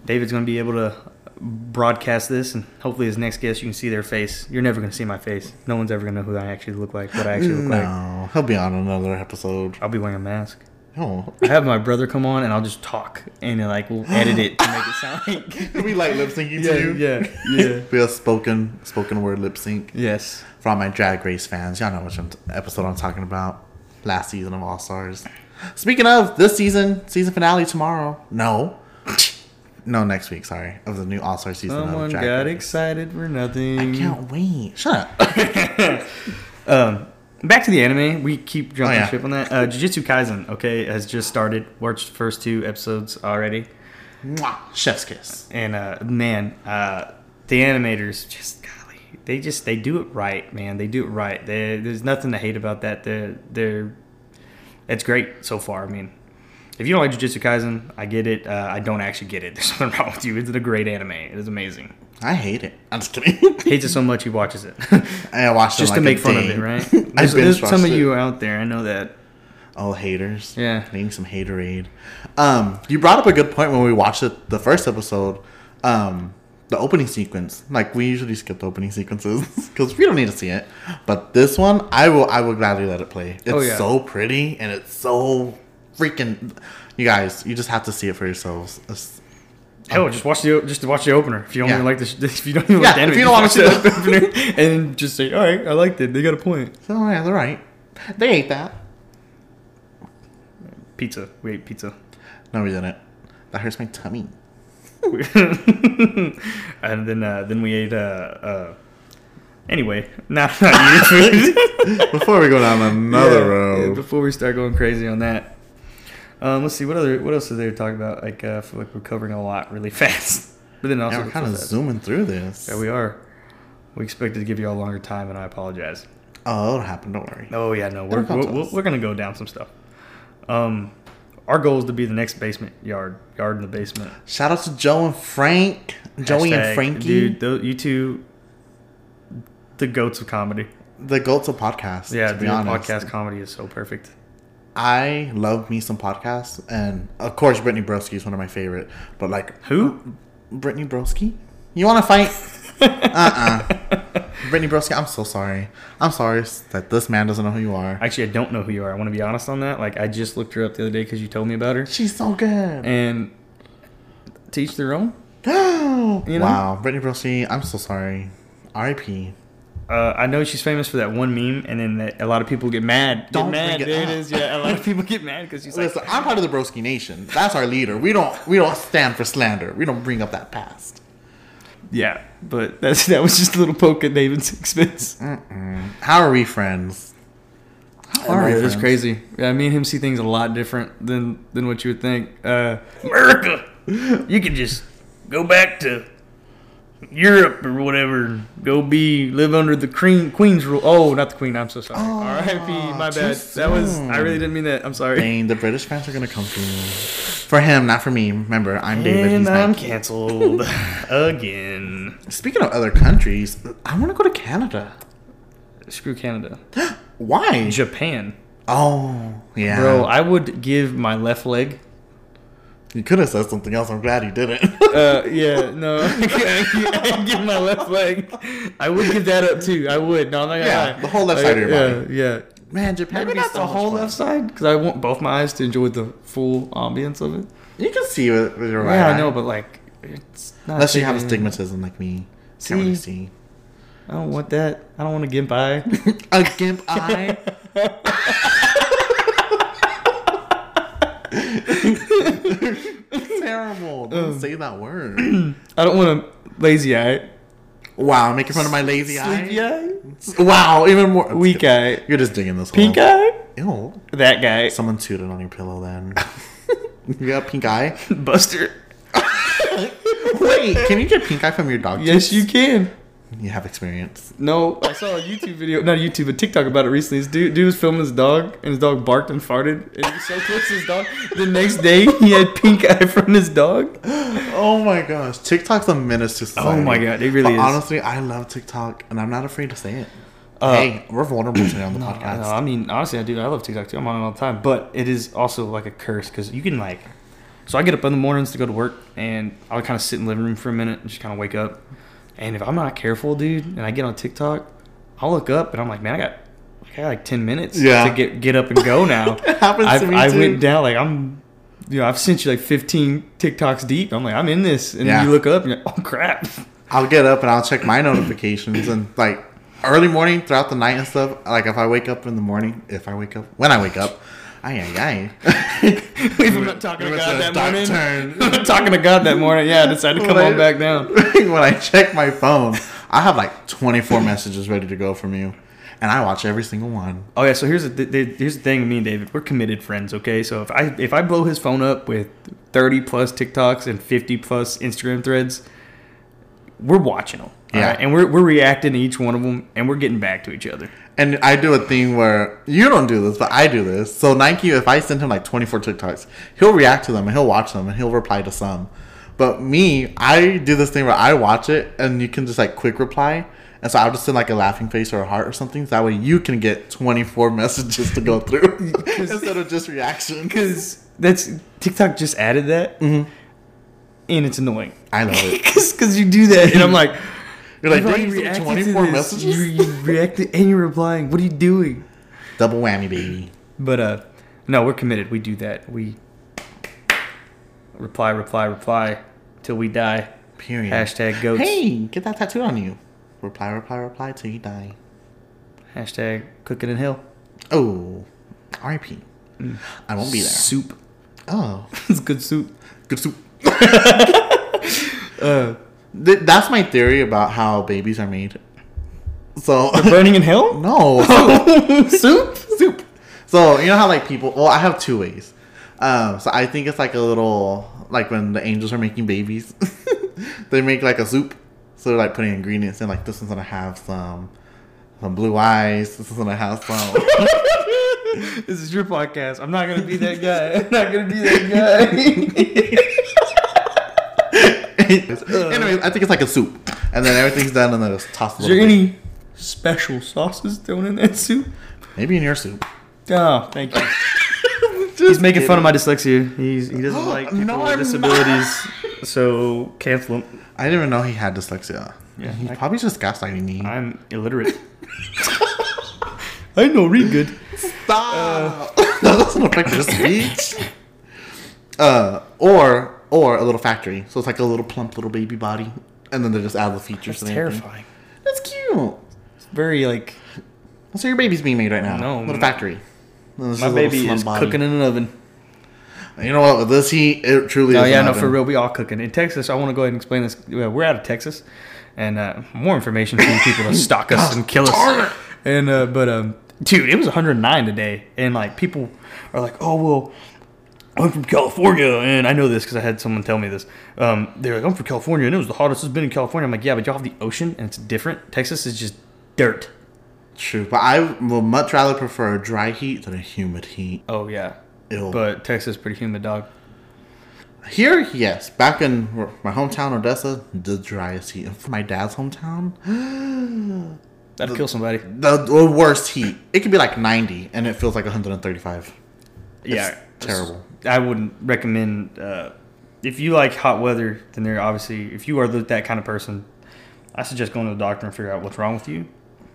Speaker 2: David's going to be able to broadcast this, and hopefully his next guest, you can see their face. You're never going to see my face. No one's ever going to know who I actually look like, what I actually look like.
Speaker 1: No, he'll be on another episode.
Speaker 2: I'll be wearing a mask.
Speaker 1: Oh,
Speaker 2: I have my brother come on, and I'll just talk, and then, like we'll edit it to make it sound like
Speaker 1: we like lip syncing to you.
Speaker 2: yeah, yeah, yeah.
Speaker 1: We have spoken spoken word lip sync.
Speaker 2: yes.
Speaker 1: For all my Drag Race fans, y'all know which I'm- episode I'm talking about. Last season of All Stars. Speaking of this season, season finale tomorrow. No, no, next week. Sorry, of the new All Star season.
Speaker 2: Someone
Speaker 1: of Drag
Speaker 2: got
Speaker 1: Race.
Speaker 2: excited for nothing.
Speaker 1: I can't wait. Shut up.
Speaker 2: Um, back to the anime. We keep jumping
Speaker 1: Oh, yeah.
Speaker 2: ship on that. Uh, Jujutsu Kaisen, okay, has just started. Watched the first two episodes already,
Speaker 1: Mwah. Chef's kiss.
Speaker 2: and uh, man, uh, the animators just golly, they just they do it right, man. They do it right. They, there's nothing to hate about that. They're they're it's great so far. I mean. If you don't like Jujutsu Kaisen, I get it. Uh, I don't actually get it. There's nothing wrong with you. It's a great anime. It is amazing.
Speaker 1: I hate it. I'm just kidding.
Speaker 2: Hates it so much he watches it.
Speaker 1: I watched it
Speaker 2: just
Speaker 1: like a
Speaker 2: to make fun of
Speaker 1: day.
Speaker 2: it, right?
Speaker 1: I
Speaker 2: There's, there's
Speaker 1: binge
Speaker 2: some of
Speaker 1: watched it.
Speaker 2: you out there. I know that.
Speaker 1: Oh, haters.
Speaker 2: Yeah.
Speaker 1: Needing some haterade. Um, you brought up a good point when we watched it, the first episode. Um, the opening sequence. Like, we usually skip the opening sequences because we don't need to see it. But this one, I will I will gladly let it play. It's
Speaker 2: Oh, yeah.
Speaker 1: so pretty and it's so freaking. You guys, you just have to see it for yourselves. It's-
Speaker 2: Hell, just watch the just watch the opener. If you don't
Speaker 1: Yeah.
Speaker 2: even like this, if you don't even
Speaker 1: Yeah,
Speaker 2: like the anime,
Speaker 1: if you don't wanna
Speaker 2: just watch the opener and just say, "All right, I liked it. They got a point."
Speaker 1: oh, yeah, they're right. They ate that.
Speaker 2: Pizza. We ate pizza.
Speaker 1: No, we didn't. That hurts my tummy.
Speaker 2: and then uh, then we ate. Uh, uh, anyway, nah, not you.
Speaker 1: Before we go down another
Speaker 2: Yeah, yeah,
Speaker 1: road.
Speaker 2: before we start going crazy on that, um, let's see what other what else did they talk about? Like uh, I feel like we're covering a lot really fast, but then also
Speaker 1: Yeah, we're kind of
Speaker 2: so sad.
Speaker 1: zooming through this.
Speaker 2: Yeah, we are. We expected to give you all a longer time, and I apologize.
Speaker 1: oh, it'll happen. Don't worry.
Speaker 2: Oh yeah, no, we're
Speaker 1: It'll come
Speaker 2: we're,
Speaker 1: to
Speaker 2: we're,
Speaker 1: us.
Speaker 2: we're gonna go down some stuff. Um, our goal is to be the next basement yard yard in the basement.
Speaker 1: Shout out to Joe and Frank. Joey
Speaker 2: Hashtag,
Speaker 1: and Frankie.
Speaker 2: dude, tho- you two, the goats of comedy.
Speaker 1: The goats of podcasts.
Speaker 2: Yeah,
Speaker 1: to
Speaker 2: the
Speaker 1: be honest.
Speaker 2: podcast comedy is so perfect.
Speaker 1: I love me some podcasts. And of course, Brittany Broski is one of my favorite. But like,
Speaker 2: Who?
Speaker 1: Brittany Broski? You want to fight? uh uh Brittany Broski, I'm so sorry. I'm sorry that this man doesn't know who you are.
Speaker 2: Actually, I don't know who you are. I want to be honest on that. Like, I just looked her up the other day because you told me about her.
Speaker 1: She's so good.
Speaker 2: And teach their own. know?
Speaker 1: Wow. Brittany Broski, I'm so sorry. RIP.
Speaker 2: Uh, I know she's famous for that one meme, and then that a lot of people get mad. Get
Speaker 1: Don't
Speaker 2: mad.
Speaker 1: bring it
Speaker 2: there
Speaker 1: up.
Speaker 2: it is. Yeah, a lot of people get mad because she's like,
Speaker 1: Listen, I'm part of the Broski Nation. That's our leader. We don't we don't stand for slander. We don't bring up that past.
Speaker 2: yeah. But that's that was just a little poke at David's expense.
Speaker 1: How are we friends? How
Speaker 2: All
Speaker 1: are
Speaker 2: right,
Speaker 1: we
Speaker 2: that's
Speaker 1: friends?
Speaker 2: crazy. Yeah, me and him see things a lot different than than what you would think. Uh, America, you can just go back to Europe or whatever. and Go be live under the queen, queen's rule. Oh, not the queen. I'm so sorry. R.I.P. My
Speaker 1: too
Speaker 2: bad. That was.
Speaker 1: soon.
Speaker 2: I really didn't mean that. I'm sorry.
Speaker 1: Dang, the British fans are gonna come for me. For him, not for me. Remember, I'm David.
Speaker 2: And
Speaker 1: He's
Speaker 2: I'm
Speaker 1: Nike.
Speaker 2: canceled again.
Speaker 1: Speaking of other countries, I want to go to Canada.
Speaker 2: Screw Canada.
Speaker 1: Why?
Speaker 2: Japan.
Speaker 1: Oh, yeah.
Speaker 2: Bro, I would give my left leg.
Speaker 1: you could have said something else. I'm glad you didn't.
Speaker 2: Uh, yeah, no. I'd give my left leg. I would give that up too. I would. No, I'm not gonna
Speaker 1: Yeah,
Speaker 2: lie.
Speaker 1: the whole left side of your
Speaker 2: yeah,
Speaker 1: body.
Speaker 2: Yeah.
Speaker 1: Man, Japan.
Speaker 2: Maybe
Speaker 1: would be
Speaker 2: not
Speaker 1: so
Speaker 2: the
Speaker 1: much
Speaker 2: whole
Speaker 1: fun.
Speaker 2: left side because I want both my eyes to enjoy the full ambience of it.
Speaker 1: You can see with with your right.
Speaker 2: yeah,
Speaker 1: eye.
Speaker 2: I know, but like, it's not.
Speaker 1: Unless you have
Speaker 2: taking-
Speaker 1: astigmatism like me,
Speaker 2: See?
Speaker 1: can't really see.
Speaker 2: I don't want that. I don't want to gimp eye.
Speaker 1: A gimp eye. terrible.
Speaker 2: Um.
Speaker 1: Don't say that word.
Speaker 2: I don't want to lazy eye,
Speaker 1: Wow, making fun of my lazy
Speaker 2: sleepy
Speaker 1: eye.
Speaker 2: eye,
Speaker 1: Wow, even more.
Speaker 2: weak eye,
Speaker 1: You're just digging this
Speaker 2: pink
Speaker 1: hole.
Speaker 2: eye.
Speaker 1: Ew.
Speaker 2: That guy,
Speaker 1: Someone chewed it on your pillow then. you got pink eye?
Speaker 2: Buster.
Speaker 1: Wait, can you get pink eye from your dog?
Speaker 2: Yes, you can.
Speaker 1: You have experience.
Speaker 2: No, I saw a YouTube video, not a YouTube, a TikTok about it recently. This dude, dude was filming his dog, and his dog barked and farted, and he was so close to his dog. The next day, he had pink eye from his dog.
Speaker 1: Oh my gosh. TikTok's a menace to society.
Speaker 2: Oh my God, it
Speaker 1: But
Speaker 2: really is.
Speaker 1: Honestly, I love TikTok and I'm not afraid to say it.
Speaker 2: Uh,
Speaker 1: hey, we're vulnerable today on the
Speaker 2: I, know,
Speaker 1: podcast.
Speaker 2: I mean, honestly, I do. I love TikTok too. I'm on it all the time, but it is also like a curse because you can like. So I get up in the mornings to go to work, and I'll kind of sit in the living room for a minute and just kind of wake up. And if I'm not careful, dude, and I get on TikTok, I'll look up and I'm like, man, I got, I got like ten minutes
Speaker 1: Yeah.
Speaker 2: to get get up and go now.
Speaker 1: It happens to
Speaker 2: I've-
Speaker 1: me,
Speaker 2: I
Speaker 1: too.
Speaker 2: went down like I'm. You know, I've sent you like 15 TikToks deep. I'm like, I'm in this, and
Speaker 1: Yeah.
Speaker 2: then you look up, and you're like, oh crap.
Speaker 1: I'll get up and I'll check my notifications and like early morning throughout the night and stuff. Like if I wake up in the morning, if I wake up, when I wake up, ay ay ay.
Speaker 2: If I'm not talking to
Speaker 1: It was
Speaker 2: God
Speaker 1: a
Speaker 2: that
Speaker 1: dark
Speaker 2: morning.
Speaker 1: turn.
Speaker 2: I'm not talking to God that morning. Yeah, I decided to come
Speaker 1: When I-
Speaker 2: on back down.
Speaker 1: when I check my phone, I have like 24 messages ready to go from you, and I watch every single one.
Speaker 2: Oh yeah, so here's the, th- th- here's the thing. Me and David, we're committed friends. Okay, so if I if I blow his phone up with thirty plus TikToks and fifty plus Instagram threads, we're watching them.
Speaker 1: Yeah.
Speaker 2: and we're we're reacting to each one of them, and we're getting back to each other.
Speaker 1: And I do a thing where you don't do this, but I do this. So Nike, if I send him like 24 TikToks, he'll react to them and he'll watch them and he'll reply to some. But me, I do this thing where I watch it and you can just like quick reply. And so I'll just send like a laughing face or a heart or something. So that way you can get 24 messages to go through instead of just reaction.
Speaker 2: Because that's TikTok just added that,
Speaker 1: Mm-hmm.
Speaker 2: and it's annoying.
Speaker 1: I love it.
Speaker 2: Because you do that, and I'm like,
Speaker 1: You're like,
Speaker 2: "You've already
Speaker 1: dang, you sent
Speaker 2: reacted
Speaker 1: me
Speaker 2: to
Speaker 1: 24
Speaker 2: this.
Speaker 1: messages?
Speaker 2: You, you reacted and you're replying. What are you doing?
Speaker 1: Double whammy, baby.
Speaker 2: But uh no, we're committed. We do that. We reply, reply, reply till we die.
Speaker 1: Period.
Speaker 2: Hashtag goats.
Speaker 1: Hey, get that tattoo on you. Reply, reply, reply till you die.
Speaker 2: Hashtag cooking in hell.
Speaker 1: Oh, R.I.P. I won't be there.
Speaker 2: Soup.
Speaker 1: Oh,
Speaker 2: it's good soup.
Speaker 1: good soup. Uh, Th- that's my theory about how babies are made. So
Speaker 2: Burning in hell?
Speaker 1: no soup, soup. So you know how like people? Well, I have two ways. Um, so I think it's like a little like when the angels are making babies, they make like a soup. So they're like putting ingredients in. Like this one's gonna have some some blue eyes. This is gonna have some.
Speaker 2: this is your podcast. I'm not gonna be that guy. I'm not gonna be that
Speaker 1: Anyways, I think it's like a soup, and then everything's done, and then it's tossed. A
Speaker 2: is there
Speaker 1: little bit.
Speaker 2: any special sauces thrown in that soup?
Speaker 1: Maybe in your soup.
Speaker 2: Oh, thank you. He's making fun of my dyslexia. He's, he doesn't like people
Speaker 1: No,
Speaker 2: with
Speaker 1: I'm
Speaker 2: disabilities. So cancel him.
Speaker 1: I didn't even know he had dyslexia.
Speaker 2: Yeah,
Speaker 1: he's
Speaker 2: I-
Speaker 1: probably just gaslighting me.
Speaker 2: I'm illiterate. I know read good.
Speaker 1: Stop. that doesn't affect your speech. Uh, or or a little factory. So it's like a little plump little baby body, and then they just add the features.
Speaker 2: It's
Speaker 1: and everything.
Speaker 2: terrifying.
Speaker 1: That's cute.
Speaker 2: It's very like
Speaker 1: So your baby's being made right now.
Speaker 2: No,
Speaker 1: little
Speaker 2: my-
Speaker 1: factory. And this
Speaker 2: my
Speaker 1: a little
Speaker 2: baby
Speaker 1: slim
Speaker 2: is
Speaker 1: body.
Speaker 2: cooking in an oven.
Speaker 1: You know what? With this heat, it truly.
Speaker 2: Oh
Speaker 1: is
Speaker 2: yeah,
Speaker 1: an
Speaker 2: no,
Speaker 1: oven.
Speaker 2: for real, we all cooking in Texas. I want to go ahead and explain this. Well, We're out of Texas, and uh, more information for you people to stalk us and kill
Speaker 1: Darn it.
Speaker 2: us. And uh, but um, dude, it was 109 today, and like people are like, oh well. I'm from California, and I know this because I had someone tell me this. Um, they're like, I'm from California, and it was the hottest it's been in California. I'm like, yeah, but y'all have the ocean, and it's different. Texas is just dirt.
Speaker 1: True, but I would much rather prefer a dry heat than a humid heat.
Speaker 2: Oh yeah,
Speaker 1: Ew.
Speaker 2: but Texas pretty humid, dog.
Speaker 1: Here, yes. Back in my hometown, Odessa, the driest heat. And For my dad's hometown,
Speaker 2: That'd kill somebody.
Speaker 1: the, the worst heat. It could be like 90 and it feels like 135.
Speaker 2: yeah,
Speaker 1: terrible.
Speaker 2: I wouldn't recommend. Uh, if you like hot weather, then there obviously. If you are the, that kind of person, I suggest going to the doctor and figure out what's wrong with you.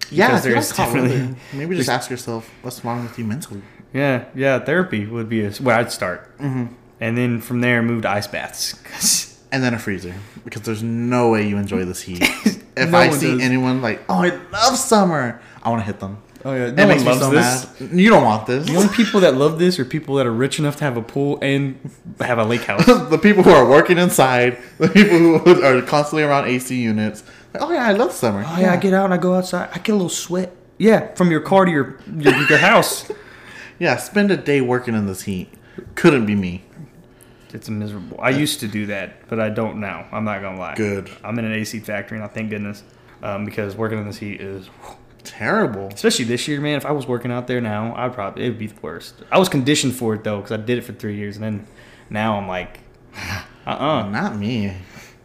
Speaker 1: Yeah,
Speaker 2: Because there
Speaker 1: there's
Speaker 2: is
Speaker 1: definitely.
Speaker 2: definitely-
Speaker 1: Maybe just ask yourself, what's wrong with you mentally?
Speaker 2: Yeah, yeah. Therapy would be a, where I'd start, mm-hmm. and then from there move to ice baths. 'Cause
Speaker 1: And then a freezer because there's no way you enjoy this heat. if
Speaker 2: No
Speaker 1: I
Speaker 2: one
Speaker 1: see
Speaker 2: does.
Speaker 1: anyone like, oh, I love summer, I want to hit them.
Speaker 2: Oh yeah,
Speaker 1: That
Speaker 2: no
Speaker 1: makes
Speaker 2: one
Speaker 1: me
Speaker 2: loves
Speaker 1: so
Speaker 2: this.
Speaker 1: mad. You don't want this.
Speaker 2: The only people that love this are people that are rich enough to have a pool and have a lake house.
Speaker 1: the people who are working inside, the people who are constantly around AC units. Like, oh yeah, I love summer.
Speaker 2: Oh yeah, I get out and I go outside. I get a little sweat. Yeah, from your car to your your, your house.
Speaker 1: Yeah, spend a day working in this heat. Couldn't be me.
Speaker 2: It's miserable. I used to do that, but I don't now. I'm not gonna lie.
Speaker 1: Good.
Speaker 2: I'm in an AC factory, and I thank goodness um, because working in this heat is,
Speaker 1: Terrible.
Speaker 2: especially this year, man. If I was working out there now, I'd probably it would be the worst. I was conditioned for it though, because I did it for three years, and then now I'm like, uh uh
Speaker 1: Not me.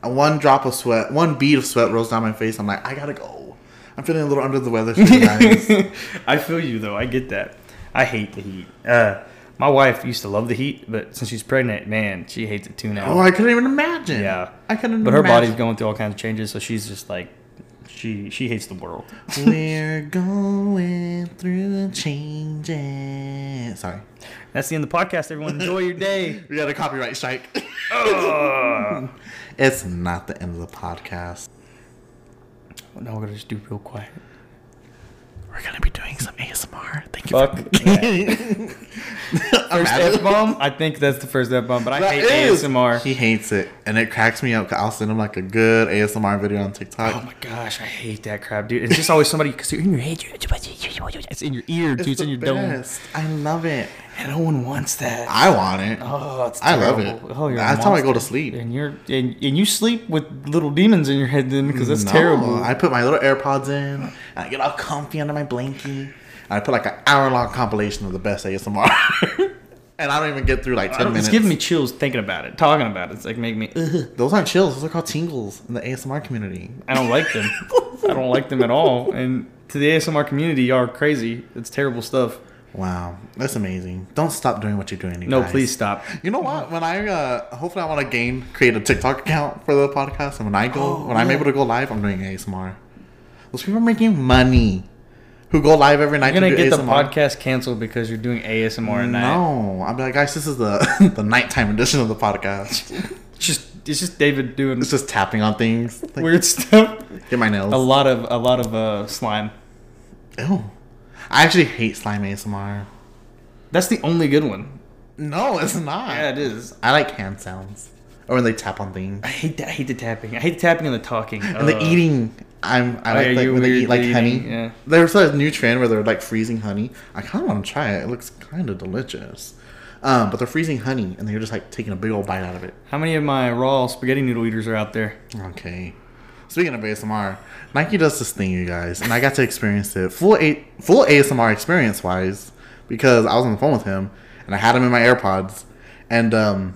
Speaker 1: One drop of sweat, one bead of sweat rolls down my face. I'm like, I gotta go. I'm feeling a little under the weather today, guys.
Speaker 2: I feel you though. I get that. I hate the heat. Uh, my wife used to love the heat, but since she's pregnant, man, she hates it too now.
Speaker 1: oh, I couldn't even imagine.
Speaker 2: Yeah.
Speaker 1: I couldn't.
Speaker 2: but her
Speaker 1: imagine.
Speaker 2: body's going through all kinds of changes, so she's just like, she she hates the world.
Speaker 1: We're going through changes. Sorry,
Speaker 2: That's the end of the podcast. Everyone, enjoy your day.
Speaker 1: we got a copyright strike.
Speaker 2: Ugh.
Speaker 1: it's not the end of the podcast.
Speaker 2: now we're gonna just do real quiet.
Speaker 1: We're gonna be doing some ASMR. Thank you.
Speaker 2: Fuck. First
Speaker 1: Imagine.
Speaker 2: F bomb. I think that's the first F bomb, but I
Speaker 1: That
Speaker 2: hate
Speaker 1: is-
Speaker 2: ASMR.
Speaker 1: He hates it, and it cracks me up. 'cause I'll send him like a good ASMR video on TikTok.
Speaker 2: Oh my gosh, I hate that crap, dude. It's just always somebody because you're in your head. you're- It's in your ear, dude. It's, in your dome.
Speaker 1: I love it.
Speaker 2: And no one wants that.
Speaker 1: I want it.
Speaker 2: Oh, it's
Speaker 1: I love
Speaker 2: terrible.
Speaker 1: it.
Speaker 2: Oh, you're a
Speaker 1: That's how I go to
Speaker 2: monster.
Speaker 1: sleep.
Speaker 2: And you're and, and you sleep with little demons in your head then because that's
Speaker 1: No,
Speaker 2: terrible.
Speaker 1: I put my little AirPods in, and I get all comfy under my blanket, and I put like an hour long compilation of the best ASMR. and I don't even get through like 10
Speaker 2: I don't-
Speaker 1: minutes.
Speaker 2: it's giving me chills thinking about it, talking about it. It's like making me. Ugh,
Speaker 1: Those aren't chills, those are called tingles in the ASMR community.
Speaker 2: I don't like them. I don't like them at all. And to the ASMR community, y'all are crazy. It's terrible stuff.
Speaker 1: Wow, that's amazing. Don't stop doing what you're doing. You
Speaker 2: No,
Speaker 1: guys.
Speaker 2: please stop.
Speaker 1: You know what? When I uh, hopefully I want to gain create a TikTok account for the podcast, and when I go,
Speaker 2: Oh,
Speaker 1: when I'm able to go live, I'm doing ASMR. Those people are making money who go live every night.
Speaker 2: I'm gonna
Speaker 1: to do
Speaker 2: get the
Speaker 1: ASMR.
Speaker 2: podcast canceled because you're doing ASMR and that.
Speaker 1: No, I'll be like, guys, this is the the nighttime edition of the podcast.
Speaker 2: It's just it's just David doing
Speaker 1: it's just tapping on things. Like,
Speaker 2: weird stuff.
Speaker 1: Get my nails.
Speaker 2: A lot of a lot of uh, slime.
Speaker 1: Ew. I actually hate slime ASMR.
Speaker 2: That's the only good one.
Speaker 1: No, it's not.
Speaker 2: Yeah, it is.
Speaker 1: I like hand sounds or when they tap on things
Speaker 2: I hate that. I hate the tapping. I hate the tapping and the talking.
Speaker 1: and the eating. I'm I like
Speaker 2: Uh. Oh, yeah,
Speaker 1: like
Speaker 2: you're
Speaker 1: when they
Speaker 2: weird,
Speaker 1: eat like
Speaker 2: the
Speaker 1: honey.
Speaker 2: eating, yeah.
Speaker 1: There's a new trend where they're like freezing honey. I kind of want to try it. It looks kind of delicious. Um, but they're freezing honey and they're just like taking a big old bite out of it.
Speaker 2: How many of my raw spaghetti noodle eaters are out there?
Speaker 1: Okay. Speaking of ASMR, Nike does this thing, you guys, and I got to experience it full a- full ASMR experience wise because I was on the phone with him and I had him in my AirPods, and um,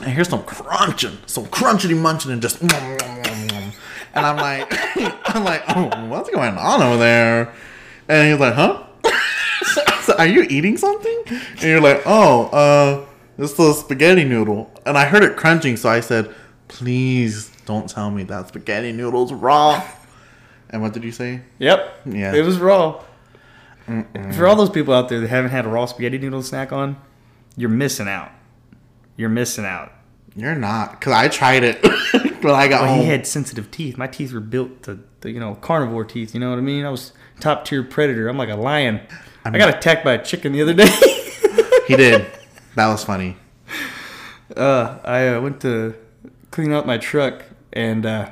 Speaker 1: I hear some crunching, some crunchity munching, and just, and I'm like, I'm like, oh, what's going on over there? And he's like, huh? I said, Are you eating something? And you're like, oh, uh, this little spaghetti noodle. And I heard it crunching, so I said, please don't tell me that spaghetti noodle's raw. And what did you say?
Speaker 2: Yep.
Speaker 1: Yeah.
Speaker 2: It was raw. For all those people out there that haven't had a raw spaghetti noodle snack on, you're missing out. You're missing out.
Speaker 1: You're not, because I tried it when I got
Speaker 2: But
Speaker 1: home.
Speaker 2: Oh, he had sensitive teeth. My teeth were built to, to, you know, carnivore teeth. You know what I mean? I was top tier predator. I'm like a lion. i got attacked by a chicken the other day.
Speaker 1: he did. That was funny.
Speaker 2: uh, I uh, went to clean out my truck and uh,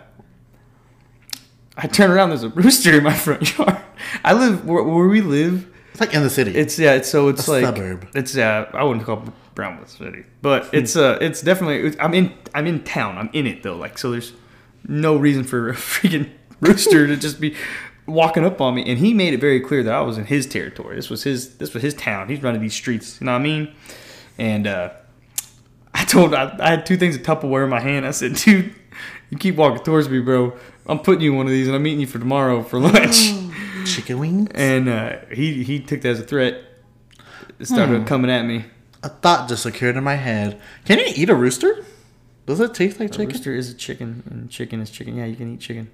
Speaker 2: I turn around. There's a rooster in my front yard. I live where, where we live.
Speaker 1: It's like in the city.
Speaker 2: It's yeah. It's, so it's
Speaker 1: A
Speaker 2: like
Speaker 1: suburb. Hmm.
Speaker 2: It's uh, I wouldn't call Brownwood City, but it's uh, it's definitely. It's, I'm in. I'm in town. I'm in it though. Like so, there's no reason for a freaking rooster to just be walking up on me. And he made it very clear that I was in his territory. This was his. This was his town. He's running these streets. You know what I mean? And uh, I told. I, I had two things of Tupperware in my hand. I said, dude. You keep walking towards me, bro. I'm putting you in one of these, and I'm meeting you for tomorrow for lunch.
Speaker 1: chicken wings.
Speaker 2: and uh, he he took that as a threat. It started coming at me.
Speaker 1: A thought just occurred in my head. Can you eat a rooster? Does it taste like chicken?
Speaker 2: Rooster is a chicken, and chicken is chicken. Yeah, you can eat chicken.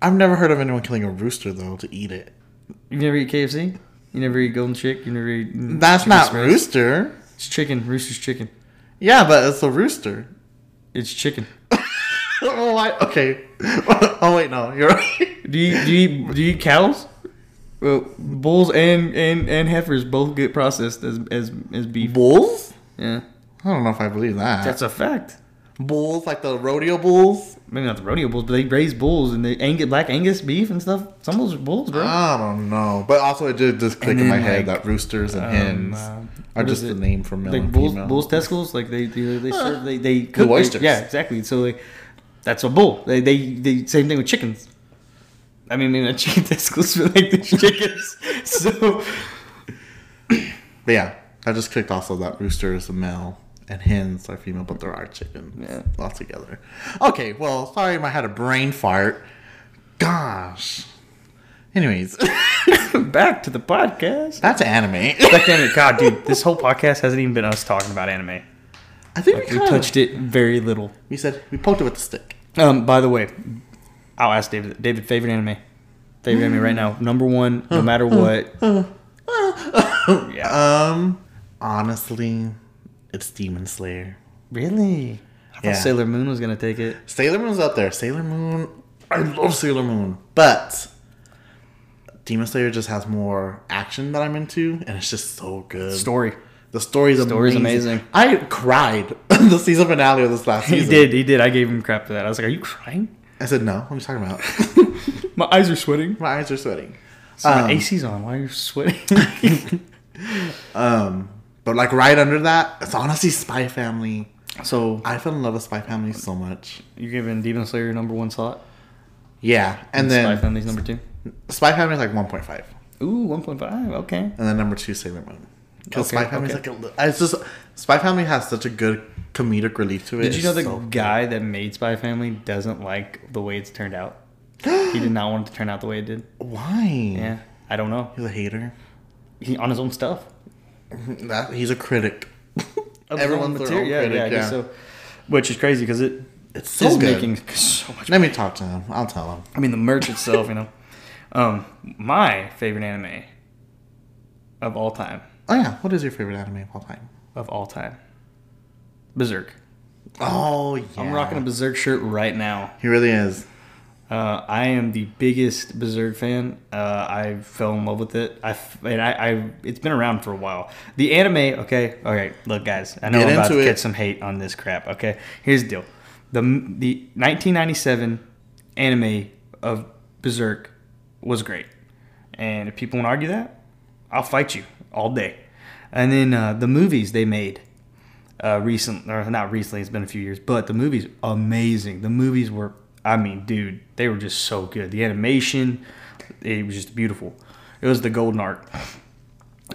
Speaker 1: I've never heard of anyone killing a rooster though to eat it.
Speaker 2: You never eat KFC. You never eat Golden Chick. You never eat. mm,
Speaker 1: That's
Speaker 2: chicken
Speaker 1: not
Speaker 2: spreads?
Speaker 1: rooster.
Speaker 2: It's chicken. Rooster's chicken.
Speaker 1: Yeah, but it's a rooster.
Speaker 2: It's chicken.
Speaker 1: oh, I, okay. oh wait, no, you're right.
Speaker 2: Do you do you, do you eat cows? Well, bulls and, and, and heifers both get processed as as, as beef.
Speaker 1: Bulls?
Speaker 2: Yeah,
Speaker 1: I don't know if I believe that.
Speaker 2: that's a fact.
Speaker 1: bulls, like the rodeo bulls?
Speaker 2: Maybe not the rodeo bulls, but they raise bulls and they Angus, black Angus beef and stuff. Some of those are bulls, bro.
Speaker 1: I don't know. But also, it did just click
Speaker 2: And
Speaker 1: in my
Speaker 2: then,
Speaker 1: head
Speaker 2: like,
Speaker 1: that roosters and
Speaker 2: um,
Speaker 1: hens
Speaker 2: uh,
Speaker 1: are
Speaker 2: what
Speaker 1: just
Speaker 2: is
Speaker 1: the
Speaker 2: it?
Speaker 1: name for male
Speaker 2: like
Speaker 1: and
Speaker 2: bulls,
Speaker 1: female. Uh,
Speaker 2: bulls testicles. Like they they they serve they they cook
Speaker 1: oysters.
Speaker 2: yeah, exactly. So like that's a bull. They they, they same thing with chickens. I mean, they're not chicken testicles, but like the chickens. so
Speaker 1: But yeah, I just clicked also that rooster is a male and hens are female, but there are chickens.
Speaker 2: Yeah.
Speaker 1: All together. Okay, well, sorry I had a brain fart. Gosh. Anyways,
Speaker 2: back to the podcast.
Speaker 1: that's anime.
Speaker 2: Back to anime. God, dude, this whole podcast hasn't even been us talking about anime.
Speaker 1: I think we,
Speaker 2: We
Speaker 1: kinda-
Speaker 2: touched it very little.
Speaker 1: We said we poked it with a stick.
Speaker 2: Um, by the way, I'll ask David. David, favorite anime? Favorite anime right now? Number one, no matter what. yeah.
Speaker 1: Um, honestly, it's Demon Slayer.
Speaker 2: Really? I thought
Speaker 1: Yeah.
Speaker 2: Sailor Moon was gonna take it.
Speaker 1: Sailor Moon's up there. Sailor Moon, I love Sailor Moon, but Demon Slayer just has more action that I'm into, and it's just so good.
Speaker 2: Story.
Speaker 1: The story's,
Speaker 2: Story's
Speaker 1: amazing.
Speaker 2: amazing.
Speaker 1: I cried the season finale of this last
Speaker 2: He
Speaker 1: season.
Speaker 2: did. He did. I gave him crap for that. I was like, "Are you crying?
Speaker 1: I said, no, what are you talking about?
Speaker 2: My eyes are sweating.
Speaker 1: My eyes are sweating.
Speaker 2: So
Speaker 1: Um,
Speaker 2: my AC's on. Why are you sweating?"
Speaker 1: Um, but like right under that, it's honestly Spy Family.
Speaker 2: so
Speaker 1: I fell in love with Spy Family so much.
Speaker 2: you're giving Demon Slayer your number one slot.
Speaker 1: Yeah, and, then
Speaker 2: Spy Family's number two.
Speaker 1: Spy Family is like 1.5,
Speaker 2: Ooh, one point five. Okay.
Speaker 1: and then number two Sailor Moon. Because
Speaker 2: Okay,
Speaker 1: Spy Family's
Speaker 2: okay.
Speaker 1: like a, li- it's just Spy Family has such a good comedic relief to it.
Speaker 2: Did you know
Speaker 1: It's
Speaker 2: the
Speaker 1: so-
Speaker 2: guy that made Spy Family doesn't like the way it's turned out? he did not want it to turn out the way it did.
Speaker 1: why?
Speaker 2: Yeah, I don't know.
Speaker 1: he's a hater.
Speaker 2: He on his own stuff.
Speaker 1: That he's a critic.
Speaker 2: Of his own
Speaker 1: Everyone's their own
Speaker 2: yeah,
Speaker 1: critic,
Speaker 2: yeah, I guess
Speaker 1: yeah.
Speaker 2: so. Which is crazy because it
Speaker 1: It's so
Speaker 2: is
Speaker 1: good.
Speaker 2: making so much.
Speaker 1: Let me talk to him. I'll tell him.
Speaker 2: I mean, the merch itself, you know. Um, my favorite anime of all time,
Speaker 1: Oh yeah, what is your favorite anime of all time?
Speaker 2: of all time, Berserk.
Speaker 1: Oh yeah,
Speaker 2: I'm rocking a Berserk shirt right now.
Speaker 1: He really is.
Speaker 2: Uh, I am the biggest Berserk fan. Uh, I fell in love with it. I f- and I, I it's been around for a while. The anime, okay, all right. Look, guys, I know
Speaker 1: Get
Speaker 2: I'm about to
Speaker 1: into it.
Speaker 2: get some hate on this crap. Okay, here's the deal: the the 1997 anime of Berserk was great, and if people want to argue that, I'll fight you all day. And then uh, the movies they made uh, recent or not recently. It's been a few years, but the movies amazing. The movies were, I mean, dude, they were just so good. The animation, it was just beautiful. It was the golden art,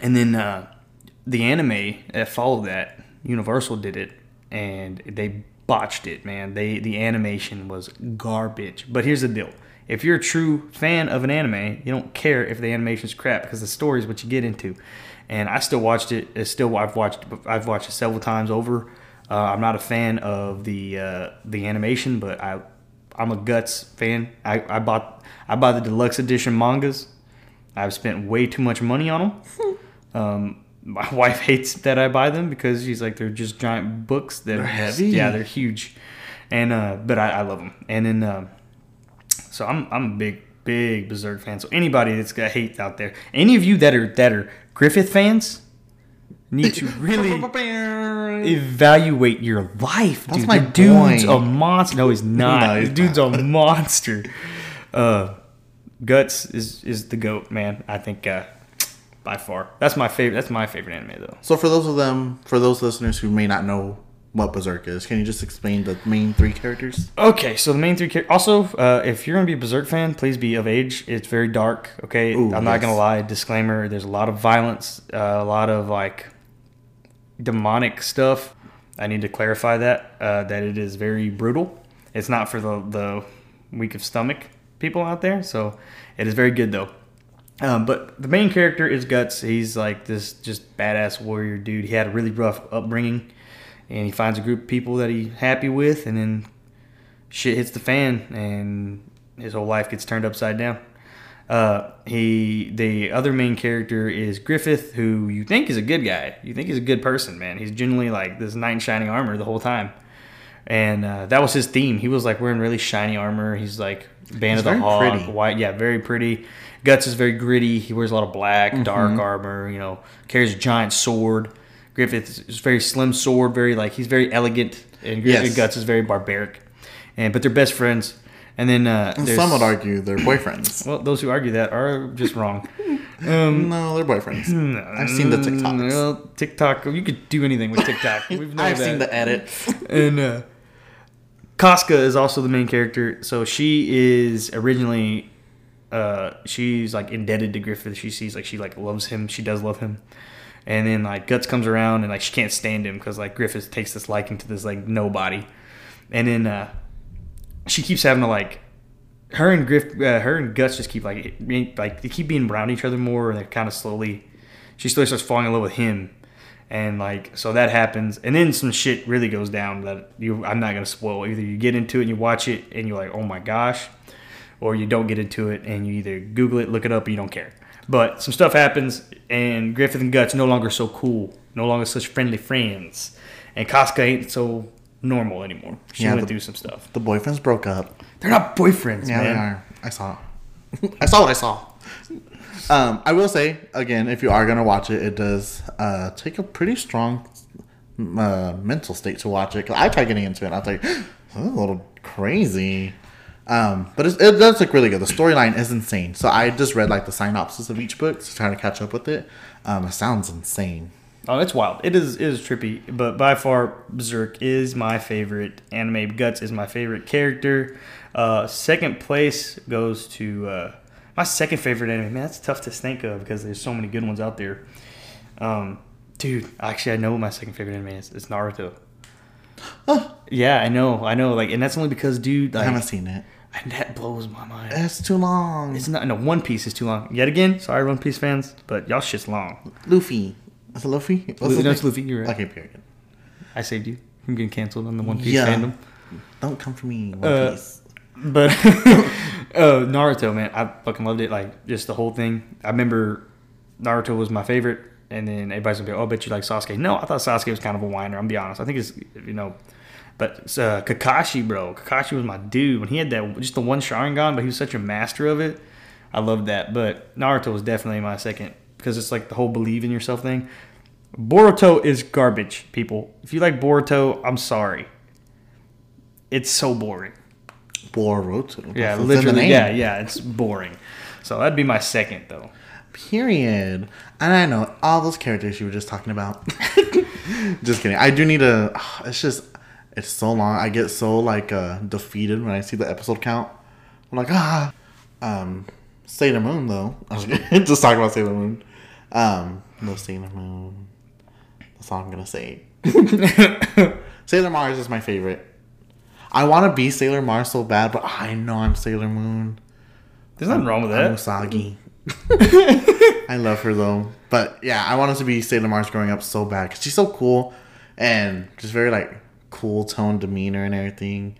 Speaker 2: and then uh, the anime that followed that, Universal did it, and they botched it, man. They the animation was garbage. But here's the deal. If you're a true fan of an anime, you don't care if the animation's crap because the story is what you get into. And I still watched it. It's still I've watched I've watched it several times over. Uh, I'm not a fan of the uh, the animation, but I I'm a guts fan. I, I bought I bought the deluxe edition mangas. I've spent way too much money on them. Um, my wife hates that I buy them because she's like they're just giant books that are
Speaker 1: heavy.
Speaker 2: Yeah, they're huge, and uh, but I, I love them. And then um so I'm I'm a big big Berserk fan. So anybody that's got hate out there, any of you that are that are Griffith fans, need to really evaluate your life, dude.
Speaker 1: Mm. my
Speaker 2: the
Speaker 1: point.
Speaker 2: dude's a monster. No, he's not.
Speaker 1: No, he's
Speaker 2: the dude's a monster. Uh, Guts is is the goat, man. I think uh, by far that's my favorite. That's my favorite anime though.
Speaker 1: So for those of them, for those listeners who may not know what Berserk is, can you just explain the main three characters?
Speaker 2: Okay, so the main three characters. Also, uh, if you're gonna be a Berserk fan, please be of age. It's very dark. Okay,
Speaker 1: Ooh,
Speaker 2: I'm not
Speaker 1: yes.
Speaker 2: gonna lie. Disclaimer: There's a lot of violence, uh, a lot of like demonic stuff. I need to clarify that uh, that it is very brutal. It's not for the the weak of stomach people out there. So it is very good though. Um, but the main character is Guts. He's like this just badass warrior dude. He had a really rough upbringing, and he finds a group of people that he's happy with, and then shit hits the fan and his whole life gets turned upside down. Uh, he the other main character is Griffith, who you think is a good guy. You think he's a good person, man. He's genuinely like this knight in shining armor the whole time, and uh, that was his theme. He was like wearing really shiny armor. He's like band
Speaker 1: He's
Speaker 2: of the
Speaker 1: very
Speaker 2: hog,
Speaker 1: pretty.
Speaker 2: white, yeah, very pretty. Guts is very gritty. He wears a lot of black,
Speaker 1: Mm-hmm.
Speaker 2: dark armor. You know, carries a giant sword. Griffith is very slim sword, very like he's very elegant, and Gri-
Speaker 1: Yes.
Speaker 2: Guts is very barbaric. And but they're best friends. And then uh, there's-
Speaker 1: Some would argue they're boyfriends.
Speaker 2: well, those who argue that are just wrong.
Speaker 1: no, they're
Speaker 2: Hmm.
Speaker 1: boyfriends. I've seen the TikToks.
Speaker 2: Mm, Well, TikTok, you could do anything with TikTok. We've known
Speaker 1: I've
Speaker 2: that.
Speaker 1: seen the edits.
Speaker 2: and uh, Casca is also the main character. So she is originally, uh, she's like indebted to Griffith. She sees like she like loves him. She does love him. And then like Guts comes around and like she can't stand him because like Griffith takes this liking to this like nobody. And then uh, she keeps having to like. Her and Griff, uh, her and Guts just keep like being- like they keep being around each other more, and they're kind of slowly. She slowly starts falling in love with him, and like so that happens and then some shit really goes down that you i'm not going to spoil either you get into it and you watch it and you're like oh my gosh or you don't get into it and you either google it look it up or you don't care but some stuff happens and griffith and guts no longer so cool no longer such friendly friends and Casca ain't so normal anymore she
Speaker 1: Yeah,
Speaker 2: went
Speaker 1: the-
Speaker 2: through some stuff
Speaker 1: The boyfriends broke up.
Speaker 2: they're not boyfriends
Speaker 1: Yeah,
Speaker 2: man
Speaker 1: they are. I saw. I saw what I saw. Um, I will say again, if you are gonna watch it, it does uh, take a pretty strong uh, mental state to watch it. 'Cause I tried getting into it, and I was like, this is a little crazy. Um, but it's, it does look really good. The storyline is insane. So I just read like the synopsis of each book to try to catch up with it. Um, it sounds insane.
Speaker 2: Oh, it's wild. It is it is trippy, but by far Berserk is my favorite anime. Guts is my favorite character. Uh, second place goes to uh, my second favorite anime. Man, that's tough to think of because there's so many good ones out there. Um, dude, actually, I know what my second favorite anime is. It's Naruto. Yeah, I know, I know. Like, and that's only because, dude,
Speaker 1: I
Speaker 2: like,
Speaker 1: haven't seen it.
Speaker 2: and that blows my mind.
Speaker 1: It's too long.
Speaker 2: It's not. No, One Piece is too long. Yet again, sorry, One Piece fans, but y'all shit's long.
Speaker 1: Luffy. Is it Luffy? What's
Speaker 2: Luffy,
Speaker 1: his
Speaker 2: no, it's
Speaker 1: name?
Speaker 2: Luffy. You're right.
Speaker 1: Okay, period.
Speaker 2: I saved you from getting canceled on the One Piece
Speaker 1: Yeah.
Speaker 2: fandom.
Speaker 1: Don't come for me. One
Speaker 2: Uh,
Speaker 1: Piece.
Speaker 2: But uh, Naruto, man, I fucking loved it. Like just the whole thing. I remember Naruto was my favorite, and then everybody's gonna be, "Oh, I bet you like Sasuke." No, I thought Sasuke was kind of a whiner. I'm gonna be honest. I think it's you know, but uh, Kakashi, bro, Kakashi was my dude when he had that just the one Sharingan, but he was such a master of it. I loved that. But Naruto was definitely my second because it's like the whole believe in yourself thing. Boruto is garbage, people. If you like Boruto, I'm sorry. It's so boring.
Speaker 1: Boruto.
Speaker 2: Yeah,
Speaker 1: It's in the
Speaker 2: literally.
Speaker 1: name.
Speaker 2: Yeah, yeah, it's boring. So that'd be my second though.
Speaker 1: Period. And I know all those characters you were just talking about. just kidding. I do need to. It's just. It's so long. I get so like uh, defeated when I see the episode count. I'm like ah. Um, Sailor Moon though. I was gonna- just talking about Sailor Moon. Um, no Sailor Moon. That's all I'm gonna say. Sailor Mars is my favorite. I want to be Sailor Mars so bad, but I know I'm Sailor Moon.
Speaker 2: There's nothing wrong with
Speaker 1: I'm
Speaker 2: that.
Speaker 1: Usagi. I love her though. But yeah, I wanted to be Sailor Mars growing up so bad because she's so cool and just very like cool tone demeanor and everything.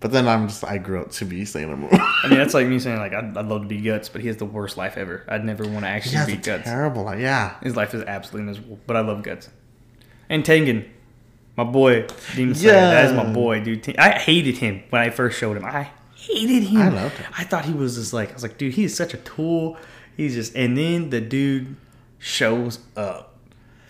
Speaker 1: But then I'm just I grew up to be Sailor Moon.
Speaker 2: I mean, that's like me saying like I'd, I'd love to be guts, but he has the worst life ever. I'd never want to actually
Speaker 1: yeah,
Speaker 2: be
Speaker 1: it's
Speaker 2: guts.
Speaker 1: terrible. Like, yeah,
Speaker 2: His life is absolutely miserable, but I love guts. And Tengen, my boy, Demon Slayer,
Speaker 1: Yeah.
Speaker 2: that is my boy, dude. Ten- I hated him when I first showed him. I hated him.
Speaker 1: I loved him.
Speaker 2: I thought he was just like I was like, dude, he is such a tool. He's just and then the dude shows up,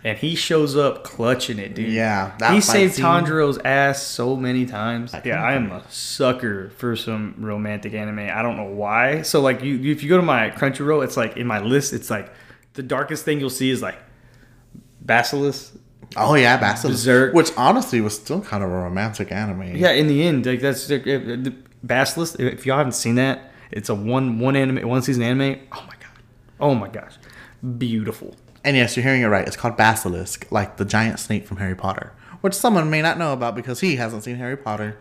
Speaker 2: and he shows up clutching it, dude.
Speaker 1: yeah. That
Speaker 2: he
Speaker 1: fight
Speaker 2: saved
Speaker 1: scene-
Speaker 2: Tanjiro's ass so many times.
Speaker 1: can
Speaker 2: Yeah, I am a sucker for some romantic anime. I don't know why. So like you, if you go to my Crunchyroll, it's like in my list. It's like the darkest thing you'll see is like Basilisk.
Speaker 1: Oh yeah, Basilisk.
Speaker 2: Berserk.
Speaker 1: Which honestly was still kind of a romantic anime.
Speaker 2: Yeah, in the end, like that's like, if- if the Basilisk. If y'all haven't seen that, it's a one one anime one season anime. Oh my god. Oh my gosh. Beautiful.
Speaker 1: And yes, you're hearing it right. It's called Basilisk, like the giant snake from Harry Potter, which someone may not know about because he hasn't seen Harry Potter.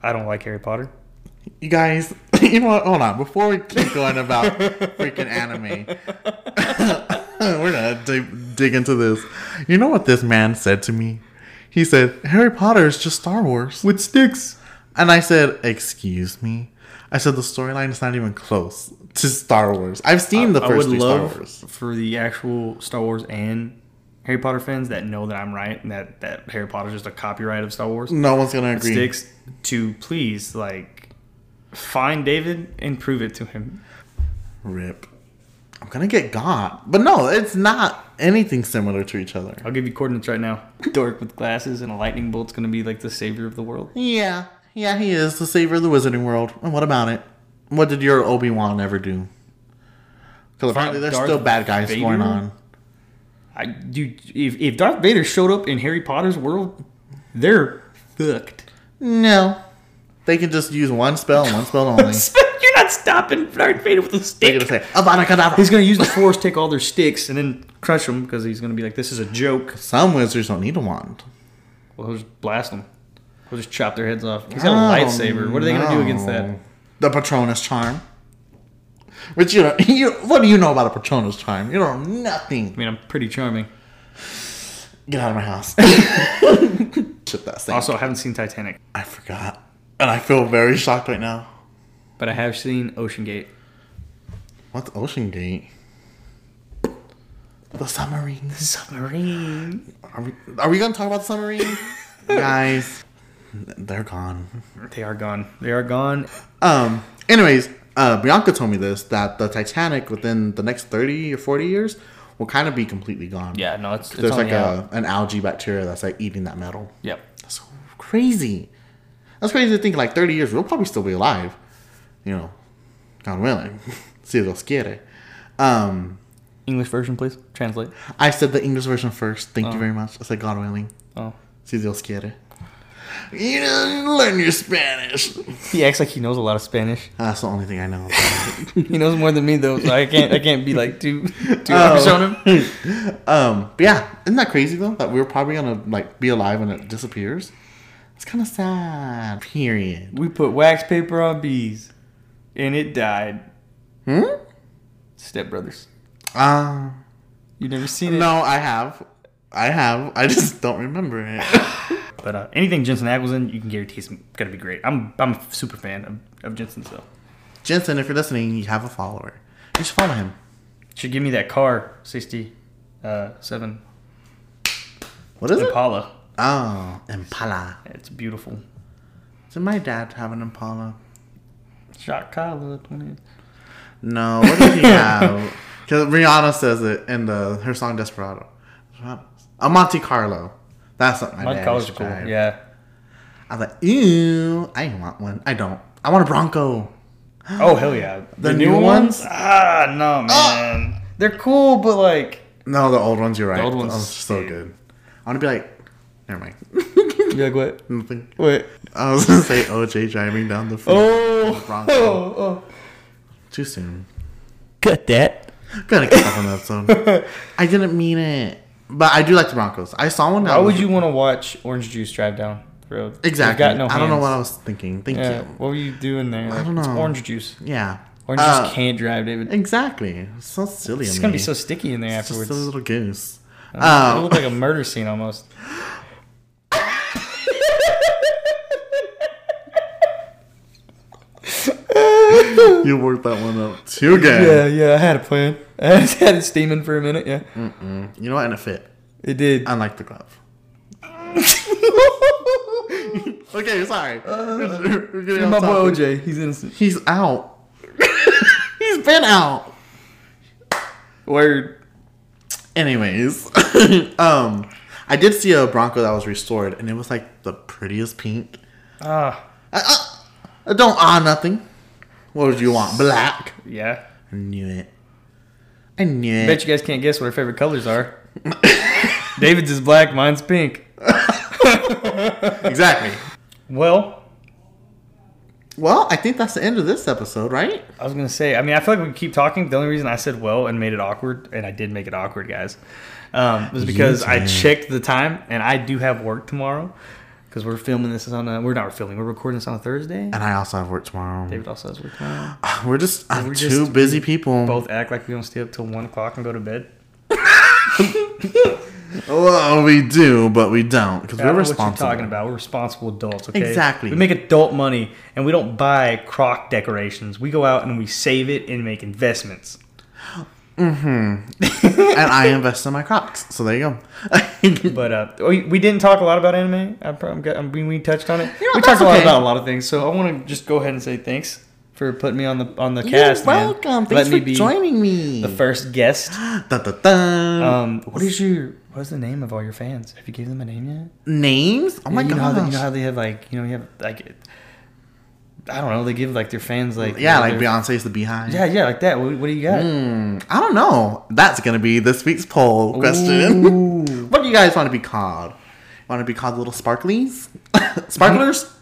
Speaker 2: I don't like Harry Potter.
Speaker 1: You guys, you know what? Hold on. Before we keep going about freaking anime, we're gonna dig, dig into this. You know what this man said to me? He said, "Harry Potter is just Star Wars."
Speaker 2: With sticks.
Speaker 1: And I said, "Excuse me." I said, "The storyline is not even close to Star Wars. I've seen the
Speaker 2: I
Speaker 1: first three
Speaker 2: would love
Speaker 1: Star Wars."
Speaker 2: for the actual Star Wars and Harry Potter fans that know that I'm right and that, that Harry Potter's just a copyright of Star Wars.
Speaker 1: No one's gonna
Speaker 2: It
Speaker 1: agree.
Speaker 2: Sticks to please like find David and prove it to him.
Speaker 1: Rip. I'm gonna get got, but no, it's not anything similar to each other.
Speaker 2: I'll give you coordinates right now. Dork with glasses and a lightning bolt's gonna be like the savior of the world.
Speaker 1: Yeah, yeah, he is the savior of the wizarding world. And what about it? What did your Obi Wan ever do? Because apparently there's
Speaker 2: Darth
Speaker 1: still bad guys
Speaker 2: Vader?
Speaker 1: going on.
Speaker 2: I dude, if if Darth Vader showed up in Harry Potter's world, they're fucked.
Speaker 1: No, they can just use one spell, and one spell only.
Speaker 2: You're not stopping Darth Vader with a
Speaker 1: They're
Speaker 2: stick.
Speaker 1: gonna say Avada Kedavra.
Speaker 2: He's gonna use the force, take all their sticks, and then crush them because he's gonna be like, "This is a joke."
Speaker 1: Some wizards don't need a wand.
Speaker 2: Well, he'll just blast them. He'll just chop their heads off. He's got
Speaker 1: Oh,
Speaker 2: a lightsaber. What are they gonna do
Speaker 1: no.
Speaker 2: against that?
Speaker 1: The Patronus charm. Which you know, you what do you know about a Patronus charm? You know
Speaker 2: I
Speaker 1: nothing.
Speaker 2: mean, I'm pretty charming.
Speaker 1: Get out of my house. Shit, that thing.
Speaker 2: Also, I haven't seen Titanic,
Speaker 1: I forgot, and I feel very shocked right now.
Speaker 2: but I have seen Ocean Gate.
Speaker 1: What's Ocean Gate? The submarine.
Speaker 2: Submarine.
Speaker 1: Are we, are we gonna talk about the submarine, guys? They're gone.
Speaker 2: They are gone. They are gone.
Speaker 1: Um. Anyways, uh, Bianca told me this that the Titanic within the next thirty or forty years will kind of be completely gone.
Speaker 2: Yeah, no, it's, it's
Speaker 1: There's
Speaker 2: only
Speaker 1: like
Speaker 2: out.
Speaker 1: a, an algae bacteria that's like eating that metal.
Speaker 2: Yep.
Speaker 1: That's crazy. That's crazy to think like 30 years, we'll probably still be alive. You know, God willing. si Dios quiere. Um,
Speaker 2: English version, please translate.
Speaker 1: I said the English version first. Thank you very much. I said God willing.
Speaker 2: Oh,
Speaker 1: Si Dios quiere. You know, learn your Spanish. Ah,
Speaker 2: he acts like he knows a lot of Spanish.
Speaker 1: That's the only thing I know.
Speaker 2: He knows more than me though, so I can't. I can't be like too too
Speaker 1: Oh.
Speaker 2: harsh on him.
Speaker 1: um, but yeah, isn't that crazy though? That we're probably gonna like be alive and it disappears. It's kind of sad. Period.
Speaker 2: We put wax paper on bees, and it died.
Speaker 1: Hmm.
Speaker 2: Step Brothers.
Speaker 1: Um.
Speaker 2: You never seen it?
Speaker 1: No, I have. I have. I just don't remember it.
Speaker 2: But uh, anything Jensen Ackles in, you can guarantee it's gonna be great. I'm I'm a super fan of, of Jensen, so
Speaker 1: Jensen, if you're listening, you have a follower. You should follow him.
Speaker 2: should give me that car sixty uh, seven
Speaker 1: What is it?
Speaker 2: Impala.
Speaker 1: Oh, Impala.
Speaker 2: It's beautiful.
Speaker 1: Did my dad have an Impala?
Speaker 2: Shot collar. 20.
Speaker 1: No, what did he have? Because Rihanna says it in the her song Desperado. A Monte Carlo. That's what my
Speaker 2: My
Speaker 1: dad
Speaker 2: collar's
Speaker 1: used to
Speaker 2: cool.
Speaker 1: drive.
Speaker 2: Yeah.
Speaker 1: I was like, ew, I want one. I don't. I want a Bronco.
Speaker 2: Oh hell yeah.
Speaker 1: The new ones?
Speaker 2: Ah no man. They're cool, but like
Speaker 1: No, the old ones. You're right.
Speaker 2: old ones-
Speaker 1: Those are so good. I want to be like, never mind.
Speaker 2: you're like what?
Speaker 1: Nothing.
Speaker 2: What?
Speaker 1: I was gonna say OJ driving down the. freeway.
Speaker 2: Oh.
Speaker 1: Bronco.
Speaker 2: oh, oh.
Speaker 1: Too soon.
Speaker 2: Cut that.
Speaker 1: Gotta get off on that zone. I didn't mean it, but I do like the Broncos. I saw one. that
Speaker 2: Why
Speaker 1: was-
Speaker 2: would you want to watch Orange Juice drive down the road? You've
Speaker 1: Exactly.
Speaker 2: got no
Speaker 1: I don't know
Speaker 2: hands.
Speaker 1: what I was thinking. Thank
Speaker 2: Yeah.
Speaker 1: you.
Speaker 2: What were you doing there? Like,
Speaker 1: don't
Speaker 2: It's
Speaker 1: know.
Speaker 2: orange juice.
Speaker 1: Yeah.
Speaker 2: Orange
Speaker 1: Uh,
Speaker 2: juice can't drive, David.
Speaker 1: Exactly. So silly.
Speaker 2: It's
Speaker 1: of
Speaker 2: gonna
Speaker 1: me.
Speaker 2: be so sticky in there
Speaker 1: It's
Speaker 2: afterwards.
Speaker 1: Just a little goose.
Speaker 2: it
Speaker 1: Um,
Speaker 2: looked like a murder scene almost.
Speaker 1: you worked that one up too
Speaker 2: Yeah,
Speaker 1: good.
Speaker 2: yeah. I had a plan. I just had it steaming for a minute. Yeah,
Speaker 1: Mm. You know what? And it fit.
Speaker 2: it did.
Speaker 1: I like the glove. Okay, sorry. We're getting off
Speaker 2: Uh, my boy
Speaker 1: topic.
Speaker 2: OJ, he's innocent.
Speaker 1: He's out. He's been out.
Speaker 2: Word.
Speaker 1: Anyways, um, I did see a Bronco that was restored, and it was like the prettiest pink.
Speaker 2: Ah,
Speaker 1: I don't ah nothing. What would you want? Black.
Speaker 2: yeah.
Speaker 1: I knew it. I knew it.
Speaker 2: Bet you guys can't guess what our favorite colors are. David's is black. Mine's pink.
Speaker 1: Exactly.
Speaker 2: Well,
Speaker 1: Well, I think that's the end of this episode, right?
Speaker 2: I was gonna say. I mean, I feel like we could keep talking. The only reason I said well and made it awkward, and I did make it awkward, guys, um, was because I
Speaker 1: did.
Speaker 2: checked the time, and I do have work tomorrow because we're filming this on a. We're not filming. We're recording this on a Thursday.
Speaker 1: And I also have work tomorrow.
Speaker 2: David also has work tomorrow.
Speaker 1: We're just uh,
Speaker 2: We're
Speaker 1: two
Speaker 2: just-
Speaker 1: busy people.
Speaker 2: Both act like we don't stay up till one o'clock and go to bed.
Speaker 1: Well, we do, but we don't because
Speaker 2: I
Speaker 1: we're
Speaker 2: don't know what
Speaker 1: responsible.
Speaker 2: you're talking about. We're responsible adults. Okay.
Speaker 1: Exactly.
Speaker 2: We make adult money, and we don't buy crock decorations. We go out and we save it and make investments.
Speaker 1: and I invest in my Crocs. So there you go.
Speaker 2: But uh, we, we didn't talk a lot about anime. I probably I mean, we touched on it.
Speaker 1: You know,
Speaker 2: we
Speaker 1: that's
Speaker 2: talked a lot
Speaker 1: okay.
Speaker 2: about a lot of things. So I want to just go ahead and say thanks for putting me on the on the
Speaker 1: You're
Speaker 2: cast. man.
Speaker 1: welcome.
Speaker 2: Let
Speaker 1: Thanks
Speaker 2: me
Speaker 1: for
Speaker 2: be
Speaker 1: joining me.
Speaker 2: the first guest.
Speaker 1: Dun, dun, dun.
Speaker 2: Um, what is your what's the name of all your fans? Have you given them a name yet?
Speaker 1: Names? Oh my
Speaker 2: you know how
Speaker 1: god!
Speaker 2: they, you know how they have like you know you have like I don't know they give like their fans like
Speaker 1: yeah, like
Speaker 2: their-
Speaker 1: Beyonce's the Behind.
Speaker 2: yeah yeah like that. What, what do you got?
Speaker 1: Hmm, I don't know. That's gonna be this week's poll question.
Speaker 2: Ooh.
Speaker 1: what do you guys want to be called? Want to be called little sparklies? Sparklers?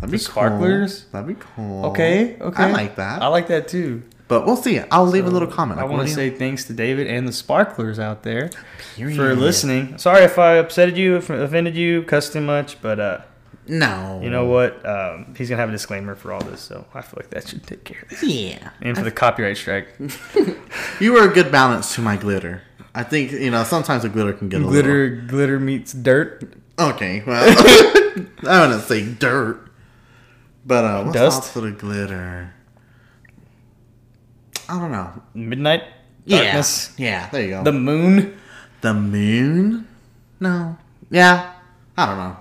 Speaker 1: That'd be cool.
Speaker 2: Mm-hmm. Sparklers?
Speaker 1: That'd be cool.
Speaker 2: Okay okay
Speaker 1: Oh, I like that.
Speaker 2: I like that too.
Speaker 1: but we'll see. I'll leave a little comment.
Speaker 2: I
Speaker 1: Like,
Speaker 2: want
Speaker 1: what
Speaker 2: to
Speaker 1: do
Speaker 2: say thanks to David and the Sparklers out there
Speaker 1: Period.
Speaker 2: for listening. Sorry if I upsetted you, if I offended you, cussed too much, but uh,
Speaker 1: you- No.
Speaker 2: you know what? Um, he's gonna have a disclaimer for all this, so I feel like that should take care of this.
Speaker 1: Yeah.
Speaker 2: And for the copyright strike,
Speaker 1: You were a good balance to my glitter. I think you know sometimes the glitter can get a
Speaker 2: glitter glitter meets dirt.
Speaker 1: little. Okay, well, I wouldn't say dirt, but uh, what's
Speaker 2: Dust?
Speaker 1: dust to the glitter. I don't know.
Speaker 2: Midnight
Speaker 1: Yeah,
Speaker 2: darkness.
Speaker 1: yeah. There you go. The,
Speaker 2: The moon.
Speaker 1: moon? No. Yeah. I don't know.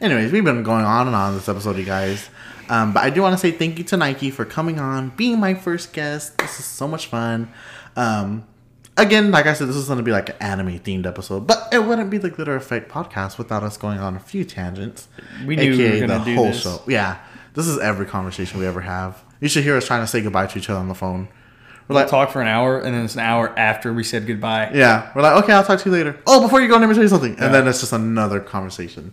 Speaker 1: Anyways, we've been going on and on this episode, you guys. Um, but I do want to say thank you to Nike for coming on, being my first guest. This is so much fun. Um, again, like I said, this is going to be like an anime themed episode, but it wouldn't be the Glitter Effect podcast without us going on a few tangents.
Speaker 2: We knew we were
Speaker 1: AKA
Speaker 2: gonna
Speaker 1: the
Speaker 2: do this.
Speaker 1: Yeah, this is every conversation we ever have. You should hear us trying to say goodbye to each other on the phone. We're
Speaker 2: We'll
Speaker 1: like,
Speaker 2: talk for an hour, and then it's an hour after we said goodbye.
Speaker 1: yeah, we're like, okay, I'll talk to you later. Oh, before you go, let me tell you something.
Speaker 2: Yeah.
Speaker 1: And then it's just another conversation.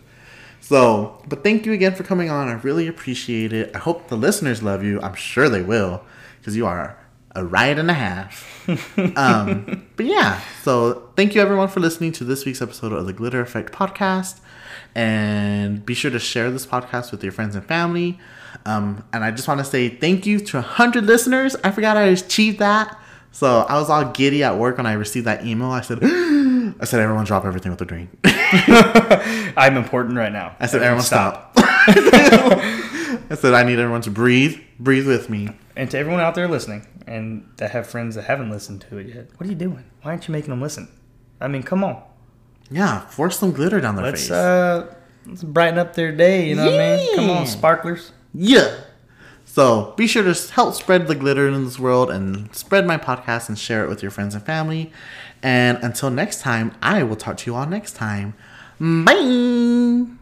Speaker 1: So, but thank you again for coming on. I really appreciate it. I hope the listeners love you. I'm sure they will because you are a riot and a half. um, but yeah, so thank you everyone for listening to this week's episode of the Glitter Effect podcast. And be sure to share this podcast with your friends and family. Um, and I just want to say thank you to 100 listeners. I forgot I achieved that. So I was all giddy at work when I received that email. I said, I said, everyone drop everything with the drink.
Speaker 2: I'm important right now.
Speaker 1: I said, everyone stop. I said, I need everyone to breathe. Breathe with me.
Speaker 2: And to everyone out there listening, and that have friends that haven't listened to it yet, what are you doing? Why aren't you making them listen? I mean, come on.
Speaker 1: Yeah, force some glitter down their
Speaker 2: Let's
Speaker 1: face.
Speaker 2: uh, let's brighten up their day. You know what I mean? Come
Speaker 1: Yeah.
Speaker 2: on, sparklers.
Speaker 1: Yeah. So be sure to help spread the glitter in this world and spread my podcast and share it with your friends and family. And until next time, I will talk to you all next time. Bye.